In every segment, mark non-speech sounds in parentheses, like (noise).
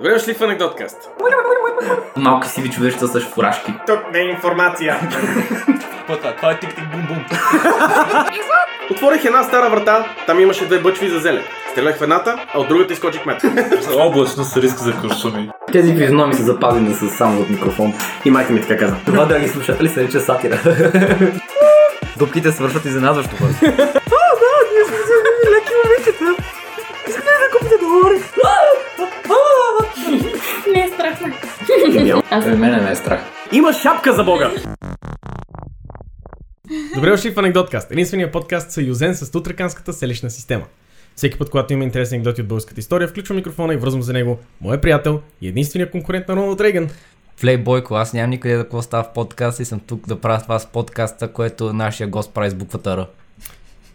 Добре дошли в анекдоткаст. Малки сиви човечета с фуражки. Тук не е информация. Пъта, това е тик-тик бум-бум. Отворих една стара врата, там имаше две бъчви за зеле. Стрелях в едната, а от другата изкочи кмет. Облачно с риск за куршуми. Тези физиономи са запазени с само от микрофон. И майка ми така каза. Това, драги слушатели, се нарича сатира. (laughs) Дупките свършват изненадващо (laughs) бързо. Не е страшно. Аз мене ме е страх. Има шапка за бога! Добре дошли в анекдоткаст. Единствения подкаст съюзен с тутраканската селищна система. Всеки път, когато има интересни анекдоти от българската история, включвам микрофона и връзвам за него моя приятел и единствения конкурент на Роналд Рейган. Плейбойко, аз нямам никъде да какво става в подкаст и съм тук да правя това с подкаста, което нашия гост прави с буквата Р.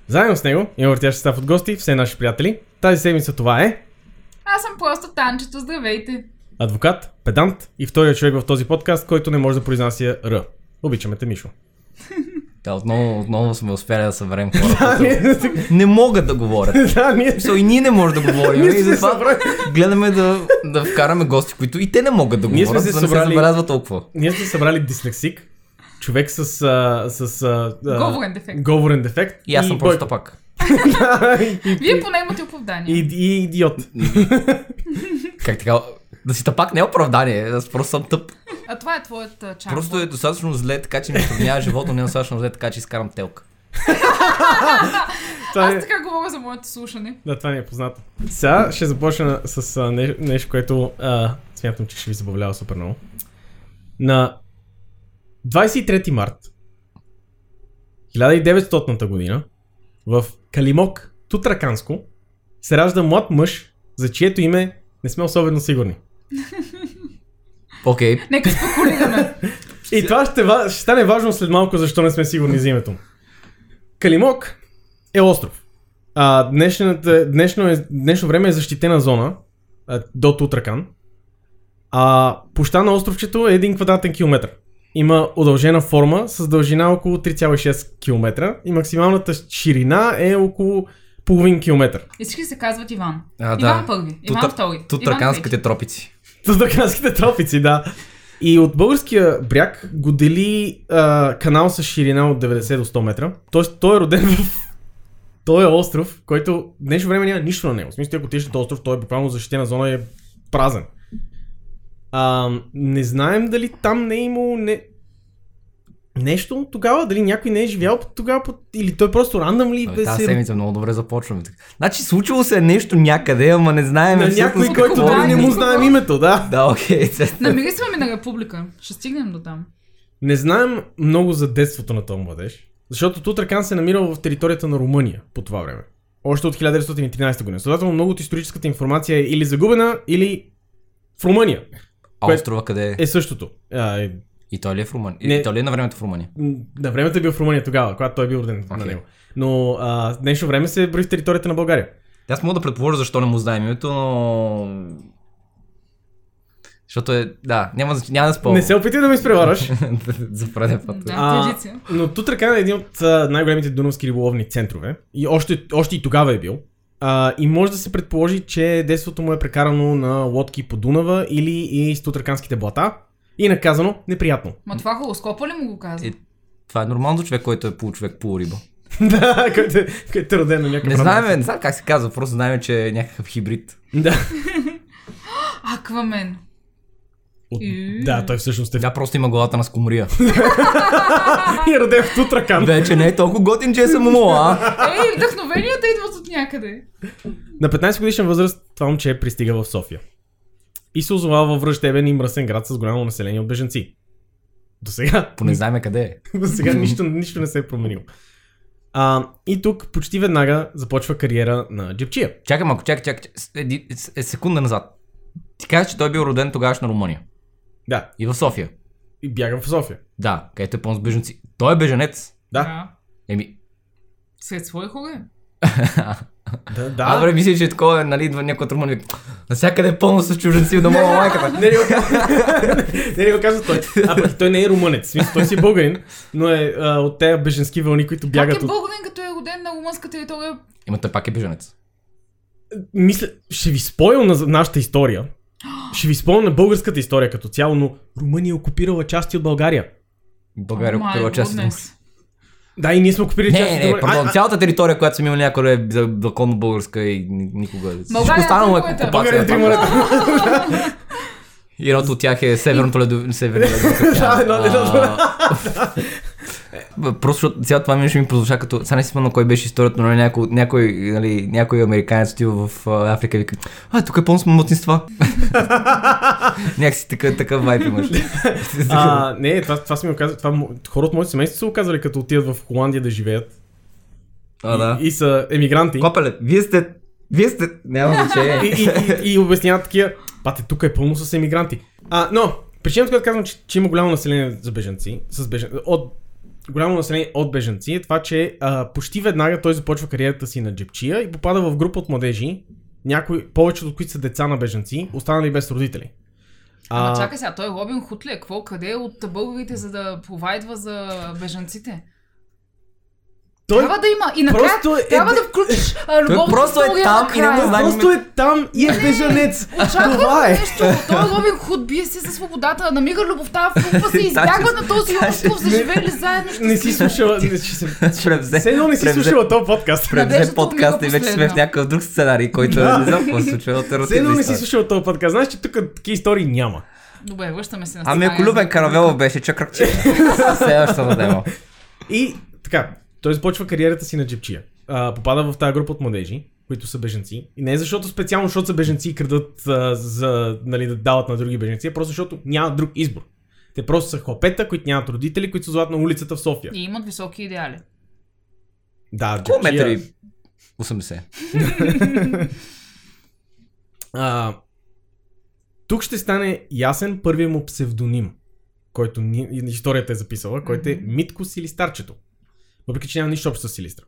Заедно с него има въртящ състав от гости, все наши приятели. Тази седмица това е Аз съм просто танчето, здравейте. адвокат, педант и втория човек в този подкаст, който не може да произнася Р. Обичаме те, Мишо. Да, отново, отново сме успяли да съберем (laughs) хора. които не могат да говорят. Да, ние So, и ние не можем да говорим. Ние сме и се затова събрали. гледаме да, да вкараме гости, които и те не могат да Ние говорят, сме се за да не се събрали- забелязва толкова. Ние сме събрали дислексик, човек с... А, с а, а, Говорен дефект. Говорен дефект. И аз съм бой- просто пак. (laughs) Вие поне имате оправдание. И, и идиот. Как така? Да си тъпак не е оправдание, аз просто съм тъп. А това е твоят а, чак. Просто е достатъчно зле, така че ми сравнява живота, не е достатъчно зле, така че изкарам телка. Това е, Аз така говоря за моето слушане. да, това ни е познато. Сега ще започна с а, не, нещо, което а, смятам, че ще ви забавлява супер много. На 23 март 1900 година в Калимок, Тутраканско, се ражда млад мъж, за чието име не сме особено сигурни. Окей, (laughs) Нека спекулираме. И това ще, ва- ще стане важно след малко, защо не сме сигурни за името му. Калимок е остров. А, днешната, днешно, е, днешно време е защитена зона а, до Тутракан. А площа на островчето е 1 квадратен километр. Има удължена форма с дължина около 3,6 км и максималната ширина е около половин километър. И всички се казват Иван. А, да. Иван първи, Иван Тутър- втори. тутраканските тропици. Тутраканските тропици, да. И от българския бряг го дели а, канал с ширина от 90 до 100 метра. Тоест той е роден в той е остров, който в днешно време няма нищо на него. В смисъл, ако отидеш на този остров, той е буквално защитена зона и е празен. А, не знаем дали там не е имало не... нещо тогава, дали някой не е живял тогава, под- или той е просто рандъм ли е Абе, бе Тази се... седмица много добре започваме. така. Значи случило се е нещо някъде, ама не знаем На някой, който какво дори е. не му знаем името, да. Да, окей. се- Намирисваме на република. Ще стигнем до там. Не знаем много за детството на този младеж, защото Тутракан се е намирал в територията на Румъния по това време. Още от 1913 година. Следователно много от историческата информация е или загубена, или в Румъния А Кое- острова къде е? е същото. А, е, И той ли е в Румъния? Не. И той ли е на времето в Румъния? м, на времето е бил в Румъния тогава, когато той е бил роден okay. на Окей. него. Но а, в днешно време се брои в територията на България. Аз мога да предположа защо не му знаем името, но... Защото е... Да, няма, значи- няма да спомня. Не се опитай да ме изпревараш. (laughs) За преден път. Да, А, традиция. Но Тутракан е един от а, най-големите дунавски риболовни центрове. И още, още и тогава е бил. А, и може да се предположи, че детството му е прекарано на лодки по Дунава или и с тутраканските блата. И наказано неприятно. (laughs) Ма това хороскопа ли му го казва? Е, Това е нормално за човек, който е получовек, полуриба. да, който, е- който е роден на някакъв Не ранен знаем, не знам как се казва, просто знаем, че е някакъв хибрид. сет. Да. Аквамен. От... Ю. да, той всъщност е Да, просто има главата на скумрия. (laughs) (laughs) и е роден в Тутракан. Вече не е толкова готин, че е самому, а? Ей, вдъхновенията идват от някъде. На 15 годишна възраст това момче пристига в София. И се озовава във връщебен и мръсен град с голямо население от беженци. До сега Поне знаем къде е. До (laughs) сега нищо, нищо не се е променило. А, и тук почти веднага започва кариера на джепчия. Чакай малко, чакай, чакай. чакай. С- еди- с- е, секунда назад. Ти каза, че той е бил роден тогава на Румъния. Да, И в София. и бяга в София. Да, където е пълно с бежанци. Той е беженец. Да. Еми, Сред свои хора. Да, да. а, добре, мисля, че такова е, нали, идва някой от Румъния. Насякъде е пълно с чужденци в дома на майката. Не, не го казва. не, не го казва той. А пък и той не е румънец. в Смисъл, той си е българин, но е а, от тези беженски вълни, които Как бягат е от... българин, като е роден на румънска територия? Ема той пак е беженец. Мисля, ще ви спойл на за- нашата история. Ще ви спомня българската история като цяло, но Румъния е окупирала части от България. България My купила част от goodness. Русия. Да, и ние сме окупирали части Не, от не, България. пардон. Цялата територия, която съм имал някъде е за- законно българска и ни- никога. Всичко България е останало е тройната. България е три окупация. пак. морета. И едното от тях е Северното ледо... Северно Да, едно- едно- (laughs) Просто защото цялото това ми ще ми прозвуча като... Сега не си спомням кой беше историята, но някой, някой, нали, някой американец отива в а, Африка и вика А, тук е пълно с мълцинства. (laughs) Някакси така, така вайб имаш. (laughs) А, не, това, това, сме го казали, това мо- хора от моето семейство са го казали, като отидат в Холандия да живеят. а, да. И, и са емигранти. Копеле, вие сте... Вие сте... (laughs) Няма И, значение. и, и, и обясняват такива, пате, тук е пълно с емигранти. А, но, причината, която казвам, че, че има голямо население за бежанци, с бежан... от голямо население от бежанци е това, че а, почти веднага той започва кариерата си на джепчия и попада в група от младежи, някои, повечето от които са деца на бежанци, останали без родители. Ама чакай сега, той е Робин Худ ли? е? Какво? Къде е от българите, за да повайдва за бежанците? той Трябва да има. И накрая просто е- трябва да включиш а, любовната просто е история там и накрая. не му знае просто е там и е бежанец. Това е. нещо. Той Робин Худ бие се за свободата, намира любовта (laughs) в клуба се, Даже- избягва на този даже- остров, заживели заедно. ще Не си слушала. не- ще се- Превзе. Все едно не си превзе- слушала този подкаст. Превзе Надеждата подкаста и отмина вече сме в последна. някакъв друг сценарий, който не знам какво се случва. Все едно альтернативна не си история. слушала този подкаст. Знаеш, че тук такива истории няма. Добре, връщаме се на Ами ако сценария. Любен Каравелов беше чакракче. Следващата тема. И така, той започва кариерата си на джепчия. А, попада в тази група от младежи, които са беженци. И не защото специално, защото са беженци и крадат а, за, нали, да дават на други беженци, а просто защото нямат друг избор. Те просто са хлопета, които нямат родители, които се зоват на улицата в София. И имат високи идеали. Да, джепчия. Колко метри? 80. А, тук ще стане ясен първият му псевдоним, който ни, историята е записала, който е Митко Силистарчето. Въпреки, че няма нищо общо с Силистра.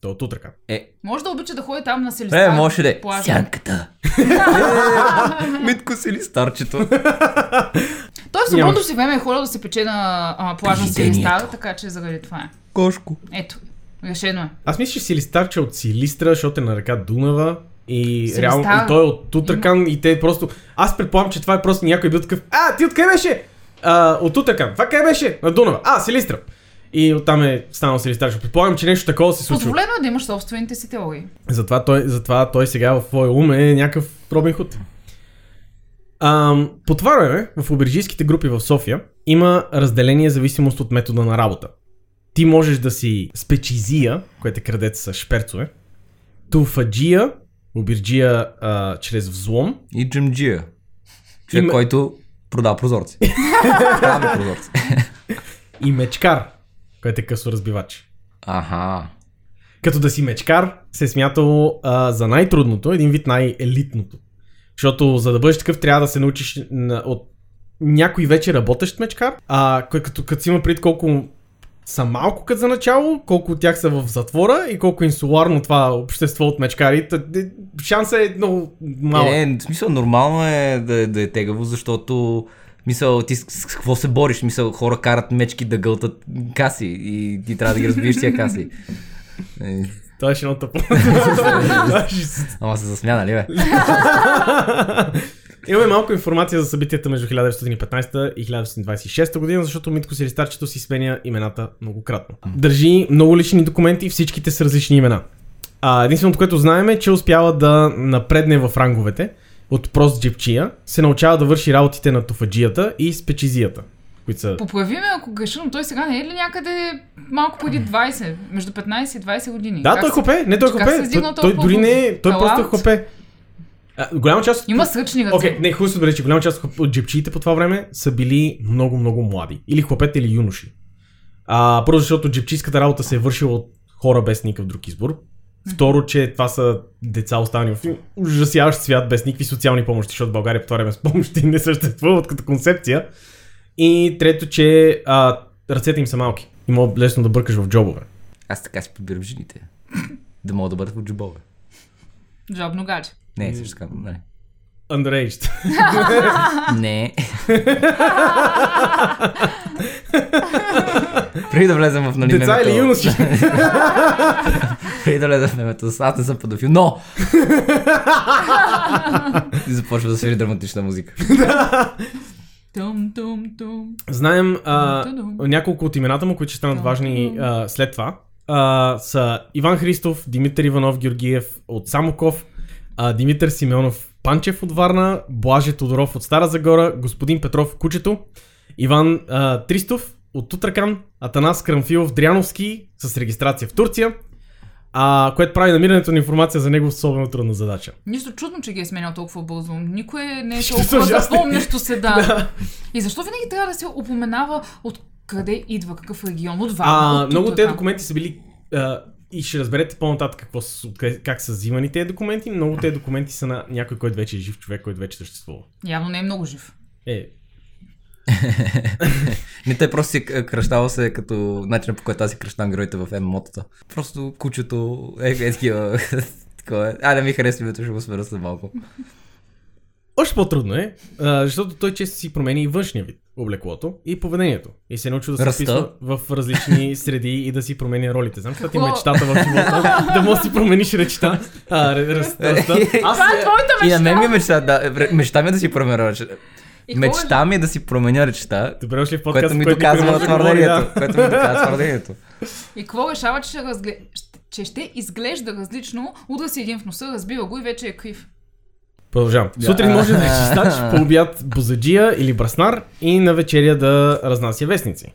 Той е от утрака. Е, Може да обича да ходи там на селиста. време може да е. плажа. Сянката. Митко си ли старчето? Той в Нямаш. свободното си време е ходил да се пече на а, плажа на Привидението. селиста, така че заради това е. Кошко. Ето, решено е. Аз мисля, че Силистарче е от Силистра, защото е на река Дунава. И Силистар. реално и той е от Тутракан и те просто... Аз предполагам, че това е просто някой бил такъв... А, ти откъде беше? А, от Тутракан. Това къде беше? На Дунава. А, Силистра. И оттам е станал Силистарче. Предполагам, че нещо такова се случва. Позволено е да имаш собствените си теории. Затова той, затова той сега в твоя ум е някакъв Робин Худ. Ам, по това време в обережийските групи в София има разделение в зависимост от метода на работа. Ти можеш да си спечизия, което е крадец с шперцове, туфаджия, обирджия а, чрез взлом, И Джимджия. Човек, Има- който продава прозорци. Прави прозорци. и мечкар, което е късоразбивач. Аха. Като да си мечкар се е смятало а, за най-трудното, един вид най-елитното. Защото за да бъдеш такъв трябва да се научиш на, от някой вече работещ мечкар, а кой- като, като си има пред колко са малко като за начало, колко от тях са в затвора и колко е инсуларно това общество от мечкари, та- де- шансът е много малък. Е, не, в смисъл, нормално е да, да е тегаво, защото мисъл, ти с, с какво се бориш? Мисъл, хора карат мечки да гълтат каси и ти трябва да ги разбиеш тия каси. Е, Това ще е едно тъпо. (laughs) Това ще- Ама се засмя, нали бе? Имаме малко информация за събитията между 1915 и 1926 година, защото Митко Силистарчето си сменя имената многократно. Държи много лични документи, всичките с различни имена. А, единственото, което знаем е, че успява да напредне в ранговете от прост джепчия, се научава да върши работите на туфаджията и спечизията, които са... Поправи ме, ако греша, но той сега не е ли някъде малко преди 20, между 15 и 20 години? Да, Как той е се- хопе, не той е как се хопе, той, издигнал той толкова дори не е, той талант? просто е хопе. А, голяма част от Има сръчни ръце. Окей, okay, не, хубаво се отбележи, че голяма част от джипчиите по това време са били много, много млади. Или хлопета, или юноши. А, първо, защото джипчийската работа се е вършила от хора без никакъв друг избор. Второ, че това са деца останали в ужасяващ свят без никакви социални помощи, защото България по това време с помощи не съществуват като концепция. И трето, че а, ръцете им са малки. И мога лесно да бъркаш в джобове. Аз така си подбирам жените. Да могат да бъдат от джобове. Жабно гадже. (laughs) Не, също така. Не. Underaged. не. (laughs) Преди да влезем в нали, Деца или мемето- юноши? (laughs) Преди да влезем в мемето, аз не съм педофил, но... (laughs) И започва да свири драматична музика. Тум, тум, тум. Знаем а, Ту-дум. няколко от имената му, които ще станат Ту-дум. важни а, след това. А, са Иван Христов, Димитър Иванов Георгиев от Самоков, а, Димитър Симеонов Панчев от Варна, Блаже Тодоров от Стара Загора, господин Петров Кучето, Иван а, Тристов от Тутракан, Атанас Крамфилов Дряновски с регистрация в Турция, а, което прави намирането на информация за него особено трудна задача. Нищо чудно, че ги е сменял толкова бързо. Никой не е Ще са толкова ужасни. запомнящо се, да. И защо винаги трябва да се упоменава от къде идва, какъв регион, от Варна, А, от много от тези Тутракан? документи са били. А, и ще разберете по-нататък какво, са- откъде- как са взимани тези документи. Много от тези документи са на някой, който вече е жив човек, който вече съществува. Явно не е много жив. Е, Не, той просто си к- кръщава се като начинът по който аз си кръщам героите в ММО-тата. Просто кучето е, е такива... (laughs) такова е. А, не ми харесва името, ще го сверя след малко. още по-трудно е, а, защото той често си промени и външния вид, облеклото и поведението. И се е научил да се Раста. вписва в различни (laughs) среди и да си променя ролите. Знам, каква ти е Какво? мечтата в живота, да можеш да си промениш речта. А, ре- раз- раста. Аз Това е твоята И на мечта! мен ми е мечта, да, ре- мечта ми е да си променя реч- И какво е- Мечта ми е да си променя речта, Добре дошли в подкаст, което ми в който никой не доказва може да говори, да. твърдението. Което ми доказва (laughs) твърдението. И какво решава, че ще, разгле... ще- че ще изглежда различно, удра си един в носа, разбива го и вече е крив. Продължавам. Сутрин може да е чистач, (laughs) по обяд бозаджия или браснар и на вечеря да разнася вестници.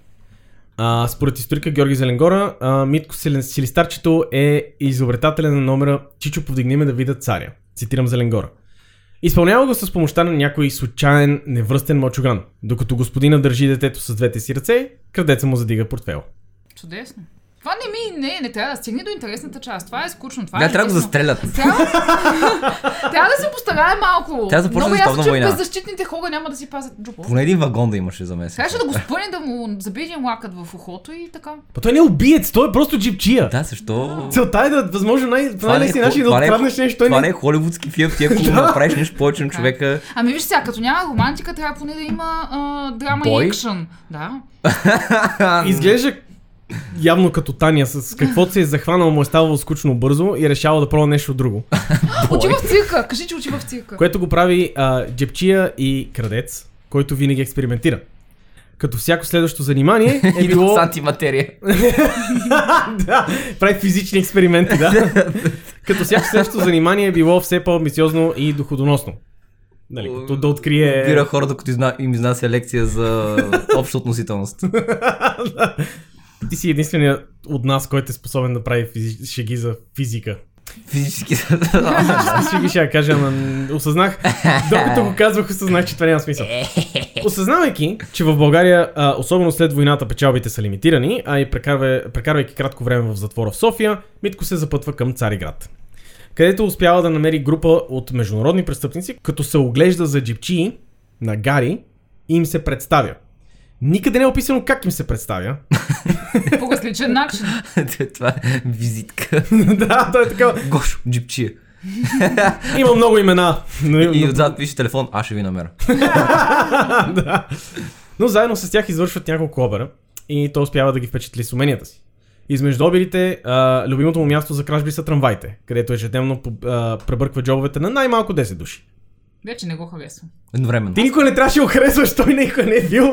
А, според историка Георги Зеленгора, а, Митко Силен- Силистарчето е изобретателя на номера Чичо повдигни ме да видя царя. Цитирам Зеленгора. Изпълнява го с помощта на някой случайен невръстен мочуган. Докато господина държи детето с двете си ръце, крадеца му задига портфел. Чудесно. Това не ми, не, не трябва да стигне до интересната част. Това е скучно, това е Да, трябва да го естествено. застрелят. Трябва, (laughs) трябва да се постарае малко. Тя започна Много да ясно, световна че война. беззащитните хора няма да си пазят джупа. Поне един вагон да имаше за месец. Трябваше да го спъне, да му забие един лакът в ухото и така. Па той не е убиец, той е просто джипчия. Да, защо? Целта е да възможно най- не е най-лесния начин да хо- това не е- откраднеш нещо. Той Това не не е холивудски филм, (laughs) ти ако направиш нещо повече на Така е. човека, Ами виж сега, като няма романтика, трябва поне да има а, драма Бой? и екшън. Да. Изглежда явно като Таня, с каквото се е захванал, му е ставало скучно бързо и решава да пробва нещо друго. Отива в цирка, кажи, че отива в цирка. Което го прави а, джепчия и крадец, който винаги експериментира. Като всяко следващо занимание е и било... било... с антиматерия. (laughs) да, прави физични експерименти, да. Като всяко следващо занимание е било все по-амбициозно и доходоносно. Нали, като да открие... Бира хора, докато изна... им изнася лекция за (laughs) обща относителност. Ти си единствения от нас, който е способен да прави физи... шеги за физика. Физически. (laughs) Ще ги ще я кажа, ама н- осъзнах, докато го казвах, осъзнах, че това няма смисъл. Осъзнавайки, че в България, а, особено след войната, печалбите са лимитирани, а и прекарва, прекарвайки кратко време в затвора в София, Митко се запътва към Цариград. Където успява да намери група от международни престъпници, като се оглежда за джипчии, на гари и им се представя. Никъде не е описано как им се представя. (laughs) По различен начин. Това е визитка. да, той е така. Гошо, джипчия. Има много имена. но- И но- отзад пише телефон, аз ще ви намеря. да. Но заедно с тях извършват няколко обера и той успява да ги впечатли с уменията си. Измежду обирите, а, любимото му място за кражби са трамваите, където ежедневно по- а, пребърква джобовете на най-малко 10 души. Вече не го харесвам. Едновременно. Ти никой не трябваше да го харесваш, той никой не е бил.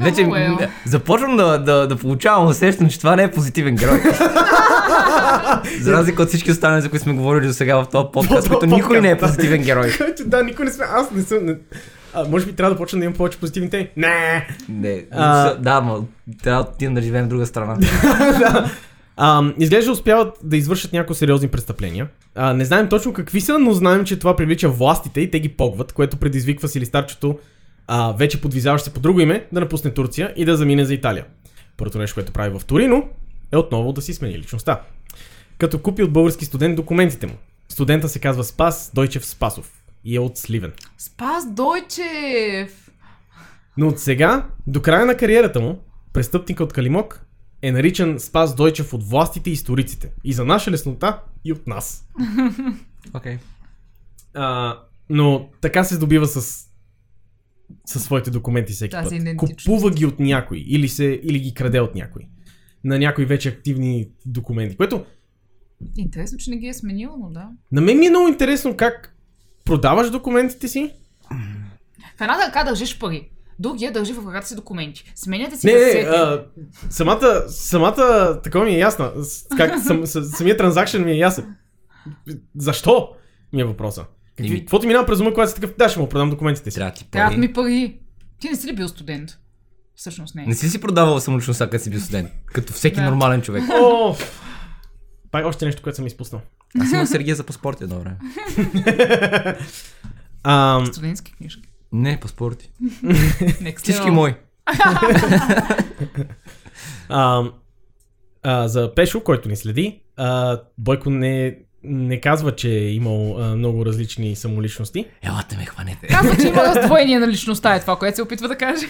Вече Oh, well. м, Значи, започвам да, да, да получавам усещане, че това не е позитивен герой. за разлика от всички останали, за които сме говорили до сега в този подкаст, По- който подкаст, никой не е да. позитивен герой. (laughs) Който, да, никой не сме. Аз не съм. Не... А, може би трябва да почна да имам повече позитивни теми. Не. Не, А- са- да, ма, трябва да отидем да живеем в друга страна. А, изглежда успяват да извършат някои сериозни престъпления. А, не знаем точно какви са, но знаем, че това привлича властите и те ги погват, което предизвиква Силистарчето, а, вече подвизаващ се по друго име, да напусне Турция и да замине за Италия. Първото нещо, което прави в Торино, е отново да си смени личността. Като купи от български студент документите му. Студента се казва Спас Дойчев Спасов и е от Сливен. Спас Дойчев! Но от сега, до края на кариерата му, престъпника от Калимок е наричан Спас Дойчев от властите и историците. И за наша леснота, и от нас. Окей. А, но така се здобива с със своите документи всеки Тази път. идентичност. Купува ги от някой или, се, или ги краде от някой. На някои вече активни документи. Което Интересно, че не ги е сменила, но да. на мен ми е много интересно как продаваш документите си. В едната ръка държиш пари, другия държи в ръката си документи. Сменяте си Не, не, касети. а, самата, самата, такова ми е ясна. С- Как сам, с- самия транзакшен ми е ясен. Защо? Ми е въпроса. Какви, Еми- какво ти минава през ума, когато си такъв, да, ще му продам документите си. Трябва ти Трябват пари. ми пари. Ти не си ли бил студент? Всъщност не. Не си си продавал самоличността, като си бил студент. Като всеки Да. нормален човек. О, пак още нещо, което съм изпуснал. Аз имах Сергия за паспорти едно време. Ам, Студентски (laughs) книжки. Не, паспорти. Next Всички level. мои. ам, а, за Пешо, който ни следи, а, Бойко не, не казва, че е имал а, много различни самоличности. Елате ме хванете. Казва, че има раздвоение на личността, е това, което се опитва да каже.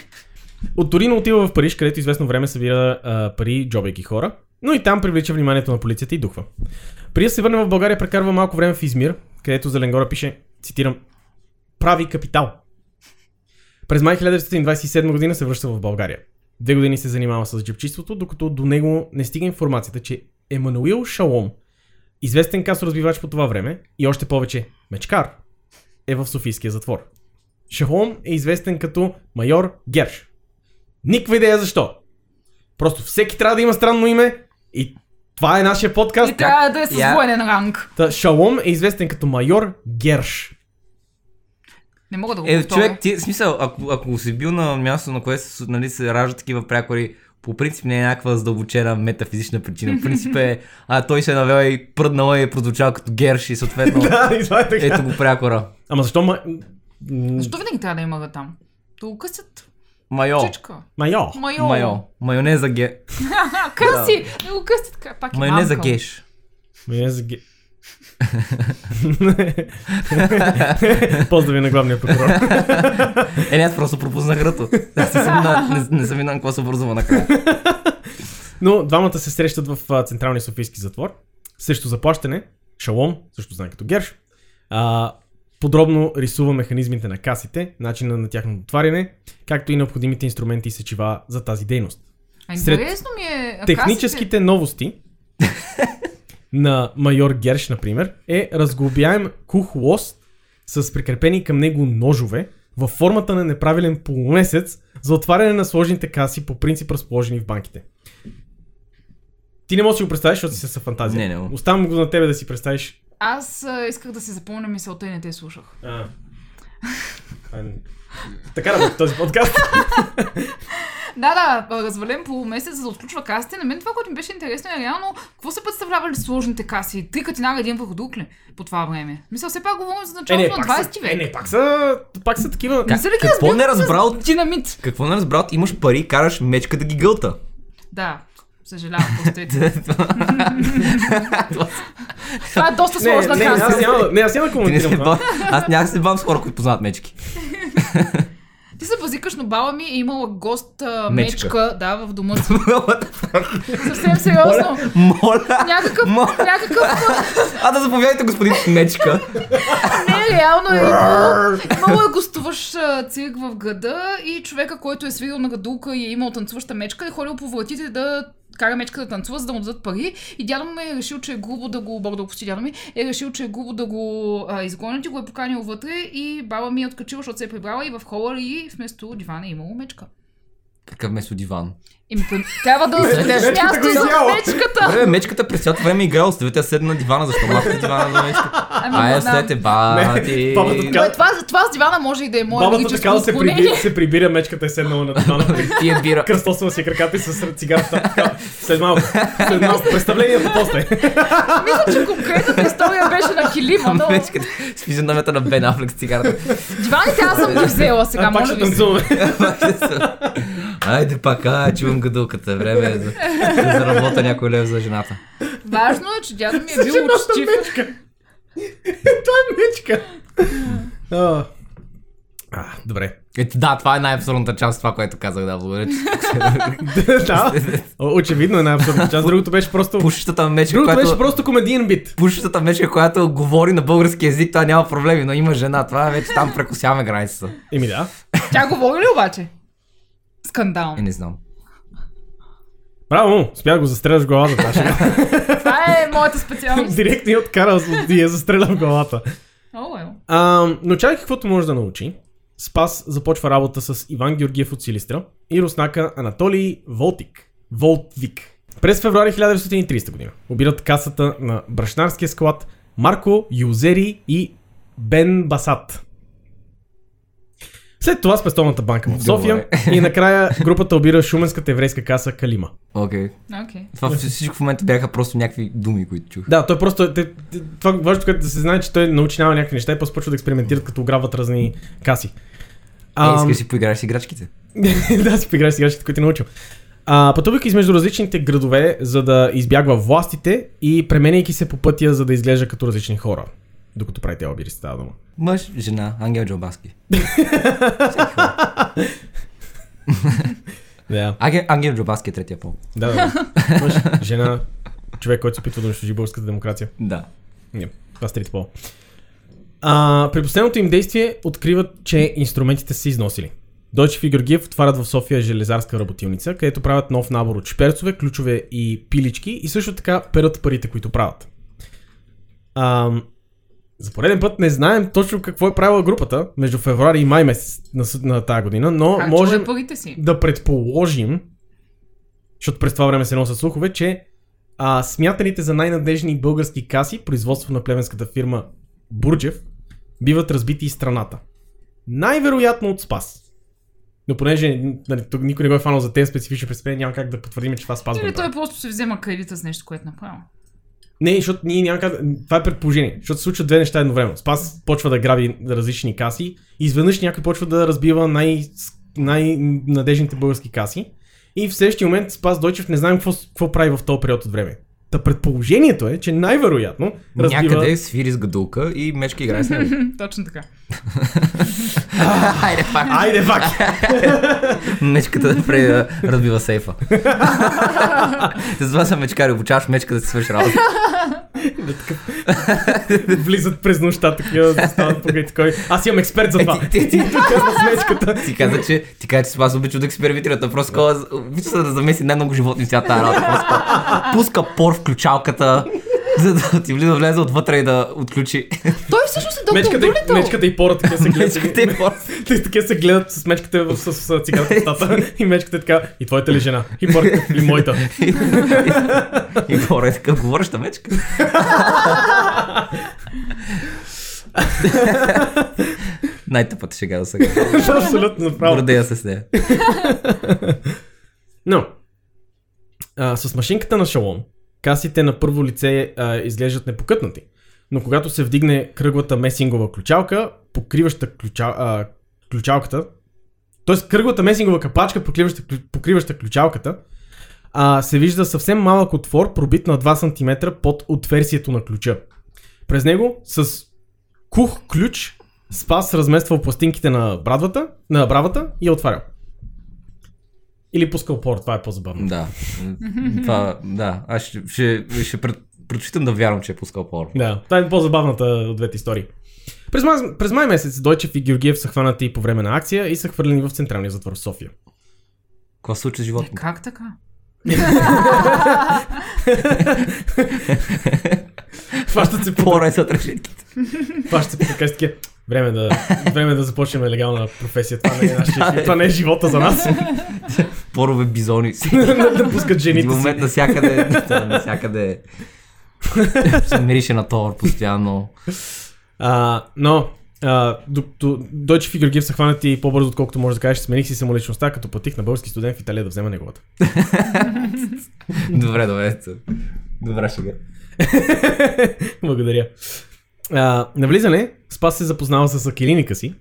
От Торино отива в Париж, където известно време събира а, пари, джобейки хора, но и там привлича вниманието на полицията и духва. Прия се върне в България, прекарва малко време в Измир, където Зеленгора пише, цитирам, прави капитал. През май 1927 година се връща в България. Две години се занимава с джипчиството, докато до него не стига информацията, че Емануил Шалом, известен касоразбивач по това време и още повече мечкар, е в Софийския затвор. Шалом е известен като майор Герш. Никаква идея защо. Просто всеки трябва да има странно име и това е нашия подкаст. И трябва да е с Я- военен ранг. Та, Шалом е известен като майор Герш. Не мога да го Е, повторя. човек, ти, в смисъл, ако, ако си бил на място, на което се, нали, се раждат такива прякори, по принцип не е някаква задълбочена метафизична причина. В принцип е, а той се е навел и пръднал и е прозвучал като герш и съответно (laughs) Да, и това е така. ето го прякора. Ама защо ма... м, Защо винаги трябва да има га там? Да го късят. Майо. Чичка. Майор. Майо. Майо. Майонеза ге... А, (laughs) къси! Да го късят. ка- Пак е Майонеза мамка. геш. Майор е за Ге- (laughs) Поздрави на главния прокурор. Е, не, аз просто пропуснах ръто. Аз не съм вина, не, не съм вина, на какво се образува накрая. Но двамата се срещат в а, Централния Софийски затвор. Също заплащане. Шалом, също знае като Герш. А, подробно рисува механизмите на касите, начина на тяхното отваряне, както и необходимите инструменти и сечива за тази дейност. А, Сред Интересно ми е. а, касите- Техническите новости на майор Герш, например, е разглобяем кух лост с прикрепени към него ножове във формата на неправилен полумесец за отваряне на сложните каси по принцип разположени в банките. Ти не можеш да си го представиш, защото си с фантазия. Не, не мога. Оставам го на тебе да си представиш. Аз а, исках да си запомня мисълта и не те слушах. А. Това е- Така работи този (laughs) подкаст. Да, да, а, развален полумесец, за да отключва касите. На мен това, което ми беше интересно е реално, какво са представлявали сложните каси? Три катинага един върху друг ли по това време? Мисля, все пак говорим за е, не, началото на пак 20 са, век. е, не, пак са, пак са такива. Не са ли ги Какво разбил не с разбрал ти? Динамит. Какво не разбрал? Имаш пари, караш мечка да ги гълта. (laughs) Да, съжалявам, (laughs) постойте. Това е доста Не, сложна не, аз каса. няма, да- не, аз няма да Ти не се коментирам това. бам, аз няма да се бам с хора, които познават мечки. (laughs) Ти се базикаш, но баба ми е имала гост а, Мечка. мечка, да, в дома си. (laughs) Съвсем сериозно. Моля, Някакъв, Моля. някакъв а да заповядайте, господин Мечка. Не, реално е имало, имало е гостуваш а, цирк в града и човека, който е свирил на гадулка и е имал танцуваща мечка е ходил по вратите да кара мечка да танцува, за да му дадат пари. И дядо ми е решил, че е грубо да го, бог да го прости, дядо ми, е решил, че е грубо да го а, изгонят и го е поканил вътре и баба ми е откачила, защото се е прибрала и в хола и вместо дивана е имало мечка. Така вместо диван. Еми, пън- трябва да отделиш мечката място го и за изяла. мечката. Бе, мечката през цялото време е играла с девете, аз седна на дивана, защо махте дивана за мечка? Ами, Ай, не знам. оставете, ба, Не, ти... бабата така- Бе, това, това с дивана може и да е мое Бабата логическо така да се отклонение. прибира, се прибира, мечката е седнала на дивана. Ти е бира. Кръстосва си краката и с цигарата. Така, След малко. След малко. Представлението после. Мисля, че конкретната история беше на килима, но (laughs) Мечката с физиономията на Бен Афлек с цигарата. диваните аз съм ги взела сега, А, пак може ще би. танцуваме. Айде пак, а, чувам гадулката. Време е да, да заработа някой лев за жената. Важно е, че дядо ми е бил учтив. Значи мечка. Това е мечка. А, а, добре. (laughs) Ето да, това е най-абсурдната част, това, което казах, да, благодаря. че- Да, о- очевидно е най-абсурдна част. Другото беше просто... Пушещата мечка, Другото беше която... просто комедиен бит. Пушещата мечка, която говори на български язик, това няма проблеми, но има жена. Това вече там прекусяваме границата. Еми да. Тя говори ли обаче? Скандал. Е, не знам. Браво, спя го застреляш в главата. (laughs) Таша. Това е моята специалност. Директно я откара и я застреля в главата. О, ел. А, но чакай каквото може да научи. Спас започва работа с Иван Георгиев от Силистра и руснака Анатолий Волтик. Волтвик. През февруари 1930 година обират касата на брашнарския склад Марко Юзери и Бен Басат. След това спестовната банка в София (laughs) и накрая групата обира шуменската еврейска каса Калима. Окей. Окей. Това вс- всичко в момента бяха просто някакви думи, които чух. Е, Да, той просто. Те, те- това важното, което да се знае, че той научава някакви неща и после почва да експериментират, като ограбват разни каси. Е, Ам, искаш си поиграеш с играчките. (laughs) да, си поиграеш с играчките, които ти научил. А, пътувайки измежду различните градове, за да избягва властите и пременяйки се по пътя, за да изглежда като различни хора. Докато прави тези обири, става дума. Мъж, жена, (laughs) Ангел Джалбаски. Да, Ангел, Ангел Джалбаски е третия пол. да, да. Мъж, жена, човек, който се опитва да унищожи българската демокрация. Да. Не, това е стрит пол. А, при последното им действие откриват, че инструментите са износили. Дойчев и Георгиев отварят в София железарска работилница, където правят нов набор от шперцове, ключове и пилички и също така перат парите, които правят. А, за пореден път не знаем точно какво е правила групата между февруари и май месец на, с- на тази година, но Харчила можем е парите си. да предположим, защото през това време се носят слухове, че а, смятаните за най-надежни български каси, производство на племенската фирма Бурджев, биват разбити из страната. Най-вероятно от Спас. Но понеже нали, тук никой не го е фанал за тези специфични престъпления, няма как да потвърдим, че това Спас го Или направи. той просто се взема кредита с нещо, което е направи. Не, защото ние няма как... Това е предположение, защото се случват две неща едновременно. Спас почва да граби различни каси, изведнъж някой почва да разбива най- най-надежните български каси и в следващия момент Спас Дойчев не знаем какво, какво прави в този период от време. Та предположението е, че най-вероятно разбива... Някъде свири с гадулка и мечка играе с него. (laughs) Точно така. Хайде, пак. (laughs) Айде пак! (laughs) Мечката да прави, да (laughs) разбива сейфа. Те затова са мечкари, обучаваш мечка да си свърши работа. Влизат през нощта, такива застават поглед кой. Аз имам експерт за Е, това. ти, ти, ти, Казва смечката. ти каза, че ти каза, че Спас обича да експериментира. Той просто казва, обича се да замеси най-много животни в цялата тази работа. Просто пуска пор в ключалката, за да ти влиза, влезе отвътре и да отключи. Той всъщност е доктор Мечката, и- Дулитъл. мечката и пора така се гледат. Мечката и порът. (laughs) Те така се гледат с мечката в- с, с цигарата в устата и мечката е така, и твоята ли жена? И поръка ли (laughs) моята? И пора е така, говореща мечка. Най-тъпата шега до сега. Абсолютно направо. Гордея се с нея. Но, а, с машинката на шалон, касите на първо лице а, изглеждат непокътнати. Но когато се вдигне кръглата месингова ключалка, покриваща ключа, а, ключалката, т.е. кръглата месингова капачка, покриваща, клю- покриваща ключалката, а, се вижда съвсем малък отвор, пробит на 2 см под отверсието на ключа. През него с кух ключ Спас размествал пластинките на брадвата, на бравата и я отварял. Или пускал пор, това е по-забавно. Да. Това, да. Аз ще, ще, ще пред, предпочитам да вярвам, че е пускал порно. Да, това е по-забавната от двете истории. През май, през май месец Дойчев и Георгиев са хванати по време на акция и са хвърлени в централния затвор в София. Какво се случи с Е, животните? Как така? Хващат се по Пора е зад решетките. хващат се по така и са такива, Време да, време да започнем легална професия. Това не е, нашия, това не е живота за нас. Порове бизони. (laughs) да пускат В жените си. момент навсякъде. да, Навсякъде. се мирише на товар постоянно. А, но, а, докато Дойчев и Георгиев са хванати по-бързо, отколкото може да кажеш, смених си самоличността, като платих на български студент в Италия да взема неговата. Добре, добре. Добра шега. Благодаря. А, навлизане, Спас се запознава с Акелиника си,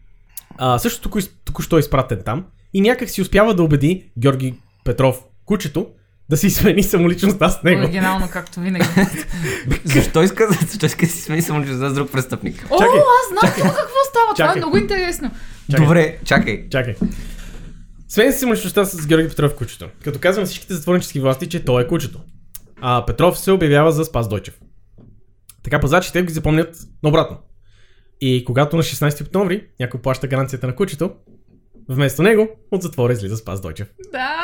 а, също току- току-що е изпратен там, и някак си успява да убеди Георги Петров, кучето, да си (laughs) смени самоличността с него. Оригинално, е както винаги. Защо иска, защо иска да си смени самоличността с друг престъпник? О, (laughs) Чакай. аз знам това какво става. Това е Чакай. много интересно. Чакай. Добре, чакай. Чакай. Смени се самоличността с Георги Петров, кучето. Като казвам всичките затворнически власти, че той е кучето. А Петров се обявява за Спас Дойчев. Така пазачите ги запомнят наобратно. И когато на 16 октомври някой плаща гаранцията на кучето, Вместо него от затвора излиза Спас Дойчев. Да,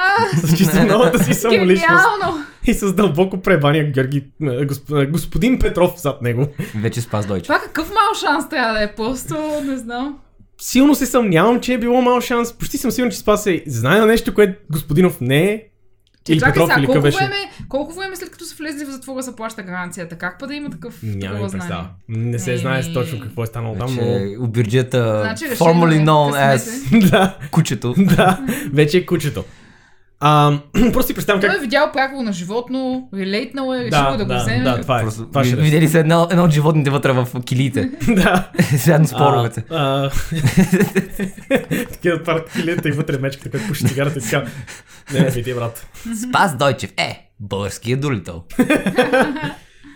С чисто новата си самоличност. гениално! И с дълбоко пребания Георги, е, госп- е, господин Петров зад него. Вече спас Дойче. Това какъв мал шанс трябва да е, просто не знам. Силно се съмнявам, че е било мал шанс. Почти съм сигурен, че Спас е знаел нещо, което Господинов не е. Че, Или чакай Петров, сега, или колко къв беше. време, е? колко време след като са влезли в затвора се плаща гаранцията? Как па да има такъв Нямам такова и представа. знание? Не се Еми. знае с точно какво е станало там, но... Че у бюджета, Значи решили formerly да е known as късмете. (laughs) Да, кучето. да, вече е кучето. А, (clears throat) просто си представям Той как... е видял пряко на животно, релейтнал е, решил Да, е да, го да, вземе. да, това е. Просто Това ви- ще да е. видели са едно, едно от животните вътре в килиите. (laughs) (laughs) Да. Заедно с поровете. А, (laughs) а, Такива паркилета и вътре мечката, като пуши цигарата и така. Не, не, пити, брат. Спас Дойчев е българският долител.